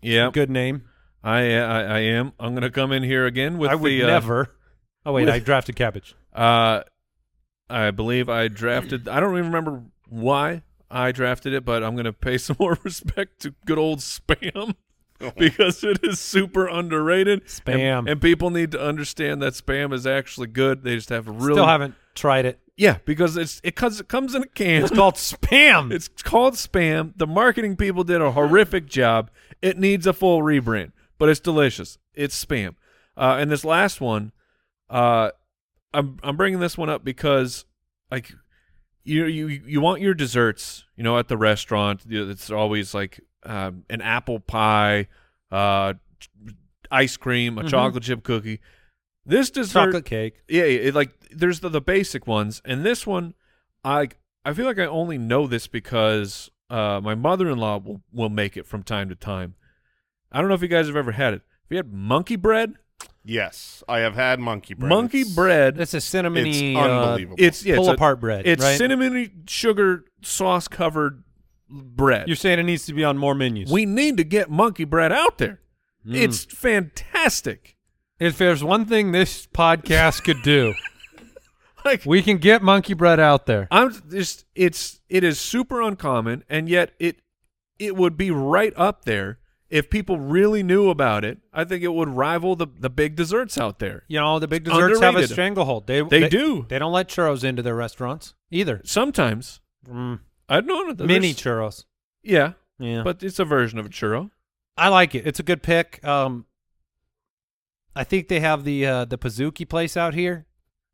S3: Yeah,
S4: good name.
S3: I, I I am. I'm gonna come in here again with
S4: I would
S3: the uh,
S4: never. Oh wait,
S3: with-
S4: I drafted cabbage.
S3: Uh, I believe I drafted. I don't even remember why I drafted it, but I'm gonna pay some more respect to good old spam
S6: Oh.
S3: because it is super underrated.
S4: Spam.
S3: and, and people need to understand that spam is actually good. They just have a really
S4: Still haven't tried it.
S3: yeah because it's it comes it comes in a can.
S4: It's called spam.
S3: It's called spam. The marketing people did a horrific job. It needs a full rebrand, but it's delicious. It's spam. Uh, and this last one, uh, I'm I'm bringing this one up because like you you you want your desserts, you know, at the restaurant. You know, It's always like um, an apple pie, uh, ch- ice cream, a
S4: Mhm.
S3: chocolate chip cookie. This dessert,
S4: chocolate cake.
S3: yeah, yeah, it, like there's the, the basic ones, and this one, I I feel like I only know this because uh, my mother-in-law will, will make it from time to time. I don't know if you guys have ever had it. Have you had monkey bread?
S6: Yes, I have had monkey bread.
S3: Monkey
S6: It's-
S3: bread.
S4: It's a cinnamony.
S6: It's
S4: uh,
S6: unbelievable.
S3: It's yeah,
S4: pull
S3: it's a-
S4: apart bread.
S3: It's
S4: right?
S3: cinnamon sugar sauce covered bread.
S4: You're saying it needs to be on more menus.
S3: we need to get monkey bread out there.
S4: Mm.
S3: It's fantastic.
S4: if there's one thing this podcast could do,
S3: Like
S4: we can get monkey bread out there.
S3: I'm just it's it is super uncommon and yet it it would be right up there if people really knew about it. I think it would rival the the big desserts out there.
S4: You know, the big desserts have a
S3: underrated.
S4: stranglehold. They,
S3: They do.
S4: They don't let churros into their restaurants either.
S3: Sometimes
S4: Mm.
S3: I don't know
S4: Mini
S3: there's-
S4: churros.
S3: Yeah,
S4: Yeah, but
S3: but it's a version of a churro.
S4: I like it. It's a good pick. Um, I think they have the uh, the Pazuki place out here,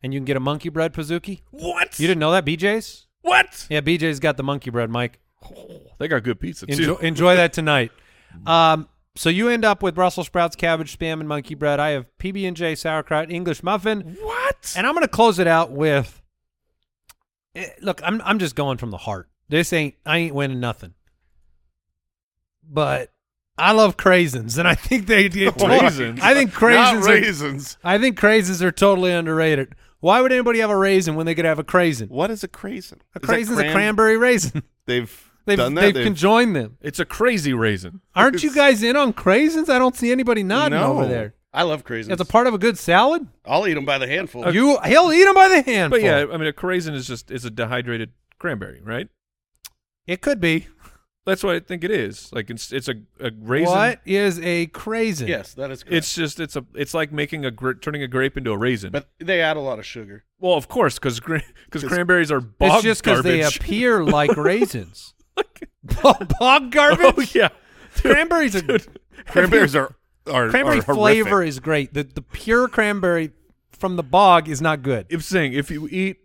S4: and you can get a monkey bread Pazuki.
S3: What?
S4: You didn't know that BJ's?
S3: What?
S4: Yeah, BJ's got the monkey bread, Mike.
S3: Oh, They got good pizza
S4: Enjoy,
S3: too.
S4: enjoy that tonight. Um, so you end up with Brussels sprouts, cabbage, spam, and monkey bread. I have PB and J sauerkraut, English muffin,
S3: What?
S4: and I'm going to close it out with. eh, Look, I'm I'm just going from the heart. This ain't I ain't winning nothing. But I love craisins, and I think they get
S3: Raisins?
S4: I think
S6: Not
S4: craisins. Are,
S6: raisins.
S4: I think craisins are totally underrated. Why would anybody have a raisin when they could have a craisin?
S6: What is a craisin?
S4: A
S6: Is that
S4: craisin's
S6: cran-
S4: a cranberry raisin.
S6: They've,
S4: They've
S6: done that.
S4: they've conjoined them.
S3: It's a crazy raisin.
S4: Aren't you guys in on craisins? I don't see anybody nodding
S6: No.
S4: over there.
S2: I love craisins.
S4: It's a part of a good salad.
S2: I'll eat them by the handful.
S6: Uh,
S4: You he'll eat them by the hand.
S3: But yeah, I mean a craisin is just is a dehydrated cranberry, right?
S4: it could be.
S3: That's what I think it is. Like it's it's a, a raisin.
S4: What is a craisin?
S2: yes, that is correct.
S3: It's just it's a it's like making a gra- turning a grape into a raisin.
S2: but they add a lot of sugar.
S3: well, of course, because because
S6: Just-
S3: cranberries are
S4: it's
S3: bog
S4: just because
S3: garbage.
S4: they appear like raisins. Bog garbage.
S3: Oh yeah,
S4: Cranberries are
S6: Cranberries are are
S4: cranberry
S6: are horrific.
S4: flavor is great. The the pure cranberry from the bog is not good.
S3: I'm saying if you eat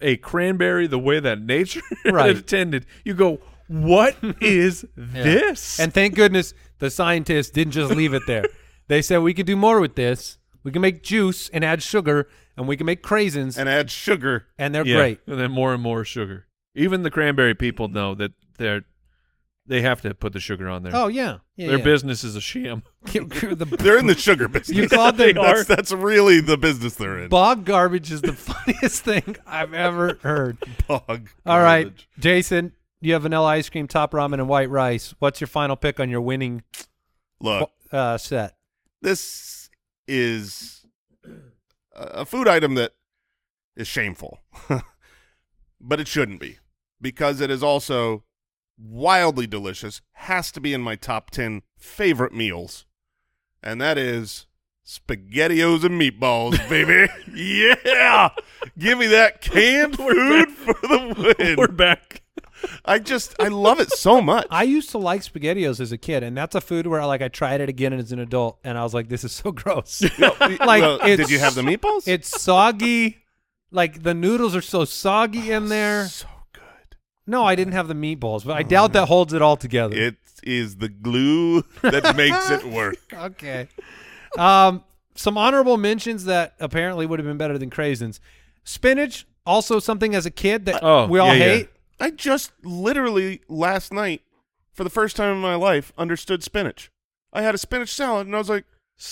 S3: a cranberry the way that nature
S4: Right.
S3: intended, you go, what is this?
S4: And thank goodness the scientists didn't just leave it there. they said we could do more with this. We can make juice and add sugar, and we can make craisins, and,
S6: and add sugar.
S4: they're
S3: Yeah,
S4: great.
S3: And then more and more sugar. Even the cranberry people know that they're they have to put the sugar on there.
S4: Oh yeah, yeah
S3: Their
S4: yeah.
S3: business is a sham.
S4: the
S6: They're in the sugar business.
S4: You thought they
S6: that's,
S4: are.
S6: That's really the business they're in.
S4: bog garbage is the funniest thing I've ever heard.
S6: Bog.
S4: All right,
S6: garbage.
S4: Jason, you have vanilla ice cream, top ramen, and white rice. What's your final pick on your winning
S6: Look,
S4: uh, set?
S6: this is a a food item that is shameful, but it shouldn't be because it is also wildly delicious. Has to be in my top ten favorite meals, and that is spaghettios and meatballs, baby. yeah, give me that canned food for the win.
S3: We're back.
S6: I just I love it so much.
S4: I used to like SpaghettiOs as a kid, and that's a food where I like I tried it again as an adult, and I was like, "This is so gross." like,
S6: Well,
S4: it's-
S6: did you have the meatballs?
S4: it's soggy. Like the noodles are so soggy in there.
S6: so good.
S4: No, I didn't have the meatballs,
S6: Mm.
S4: but I doubt that holds it all together.
S6: It is the glue that makes it work.
S4: okay. Um, some honorable mentions that apparently would have been better than craisins. Spinach, also something as a kid that
S3: Oh,
S4: we all
S3: yeah, yeah.
S4: hate.
S6: I just literally last night, for the first time in my life, understood spinach. I had a spinach salad and I was like,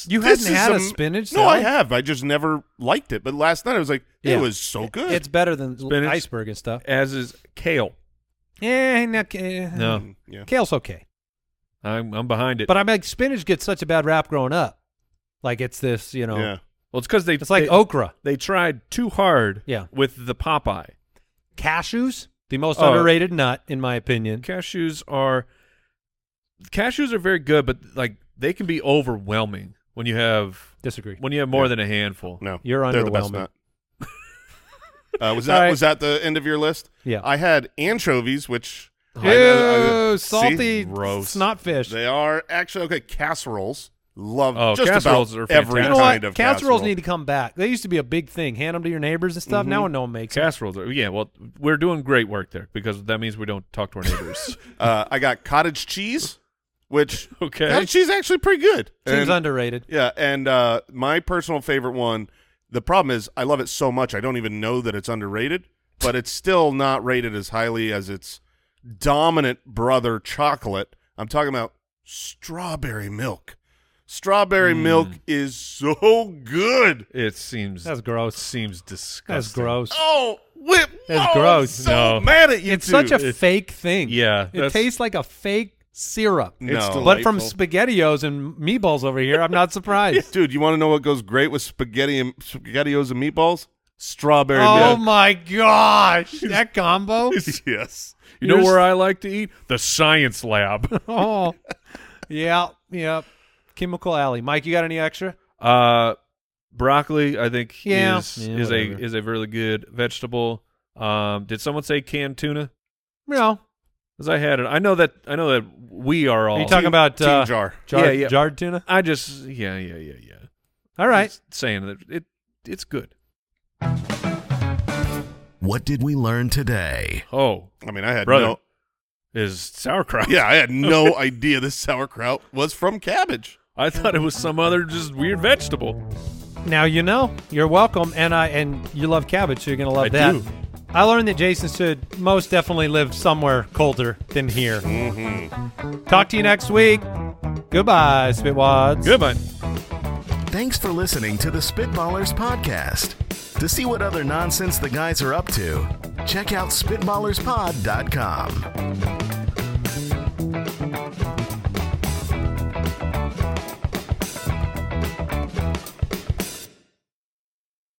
S4: You
S6: this
S4: hadn't
S6: is
S4: had a
S6: some-
S4: spinach
S6: No,
S4: salad?
S6: I have. I just never liked it. But last night I was like,
S4: Yeah.
S6: it was so good.
S4: It's better than
S3: Spinach.
S4: iceberg and stuff.
S3: As is kale.
S4: Eh, no, eh,
S3: No.
S6: Mm, yeah.
S4: Kale's okay.
S3: I'm I'm behind it.
S4: But I'm like, spinach gets such a bad rap growing up. Like it's this, you know,
S6: Yeah.
S3: well it's because they
S4: it's like
S3: they,
S4: okra.
S3: they tried too hard
S4: Yeah.
S3: with the Popeye.
S4: Cashews, the most
S3: Oh.
S4: underrated nut, in my opinion.
S3: Cashews are cashews are very good, but like they can be overwhelming when you have
S4: Disagree.
S3: when you have more than a handful.
S6: No.
S4: You're
S6: They're the
S4: underwhelming.
S6: best nut. uh, was
S4: All
S6: that
S4: right.
S6: was that the end of your list?
S4: Yeah.
S6: I had anchovies, which
S4: Ew,
S6: I- I- I- see?
S4: salty
S3: Gross.
S4: snotfish.
S6: They are actually okay. Casseroles, love
S3: Oh,
S6: just
S3: casseroles
S6: about
S3: are fantastic.
S6: every
S4: you know
S6: kind
S4: what?
S6: of
S4: Casseroles
S6: casserole. Mm-hmm.
S4: need to come back. They used to be a big thing. Hand them to your neighbors and stuff. Now no one makes them.
S3: Casseroles are yeah, well we're doing great work there because that means we don't talk to our neighbors.
S6: uh, I got cottage cheese, which
S3: Okay.
S6: cottage cheese is actually pretty good.
S4: Seems
S6: And-
S4: underrated.
S6: yeah, and uh, my personal favorite one. The problem is I love it so much I don't even know that it's underrated, but it's still not rated as highly as its dominant brother chocolate. I'm talking about strawberry milk. Strawberry
S4: Mm.
S6: milk is so good.
S3: it seems
S4: That's gross.
S3: seems disgusting.
S4: That's gross.
S6: Oh, whip!
S4: That's
S6: oh,
S4: gross.
S6: I'm so
S3: No.
S6: mad at you.
S4: it's
S6: two.
S4: such a
S3: It's-
S4: fake thing.
S3: yeah,
S4: It
S3: that's-
S4: tastes like a fake syrup.
S6: No. It's
S4: But from
S2: delightful.
S4: SpaghettiOs and meatballs over here, I'm not surprised.
S6: Dude, you want to know what goes great with spaghetti and spaghettios and meatballs? Strawberry
S4: oh
S6: milk.
S4: my gosh, that combo!
S6: yes.
S3: You know
S4: Yours-
S3: where I like to eat? The science lab.
S4: Oh, yeah, yeah. Chemical Alley, Mike, you got any extra?
S3: uh broccoli I think
S4: Yeah.
S3: is
S4: Yeah,
S3: is a
S4: whatever.
S3: is a really good vegetable. Um did someone say canned tuna?
S4: No.
S3: Cuz I had it. I know that I know that we are all
S4: Are you talking about
S6: Teen
S4: uh,
S6: jar.
S4: jarred,
S3: Yeah, yeah.
S4: jarred tuna?
S3: I just yeah, yeah, yeah, yeah.
S4: All right.
S3: Just saying that it it's good.
S1: What did we learn today?
S3: Oh,
S6: I mean, I had
S3: Brother.
S6: no.
S3: is sauerkraut.
S6: Yeah, I had no idea this sauerkraut was from cabbage.
S3: I thought it was some other just weird vegetable.
S4: Now you know. You're welcome, and I and you love cabbage, so you're gonna love
S3: I
S4: that.
S3: do.
S4: I learned that Jason should most definitely live somewhere colder than here.
S3: Mm-hmm.
S4: Talk to you next week. Goodbye, Spitwads.
S3: Goodbye.
S1: Thanks for listening to the Spitballers Podcast. To see what other nonsense the guys are up to, check out SpitballersPod.com.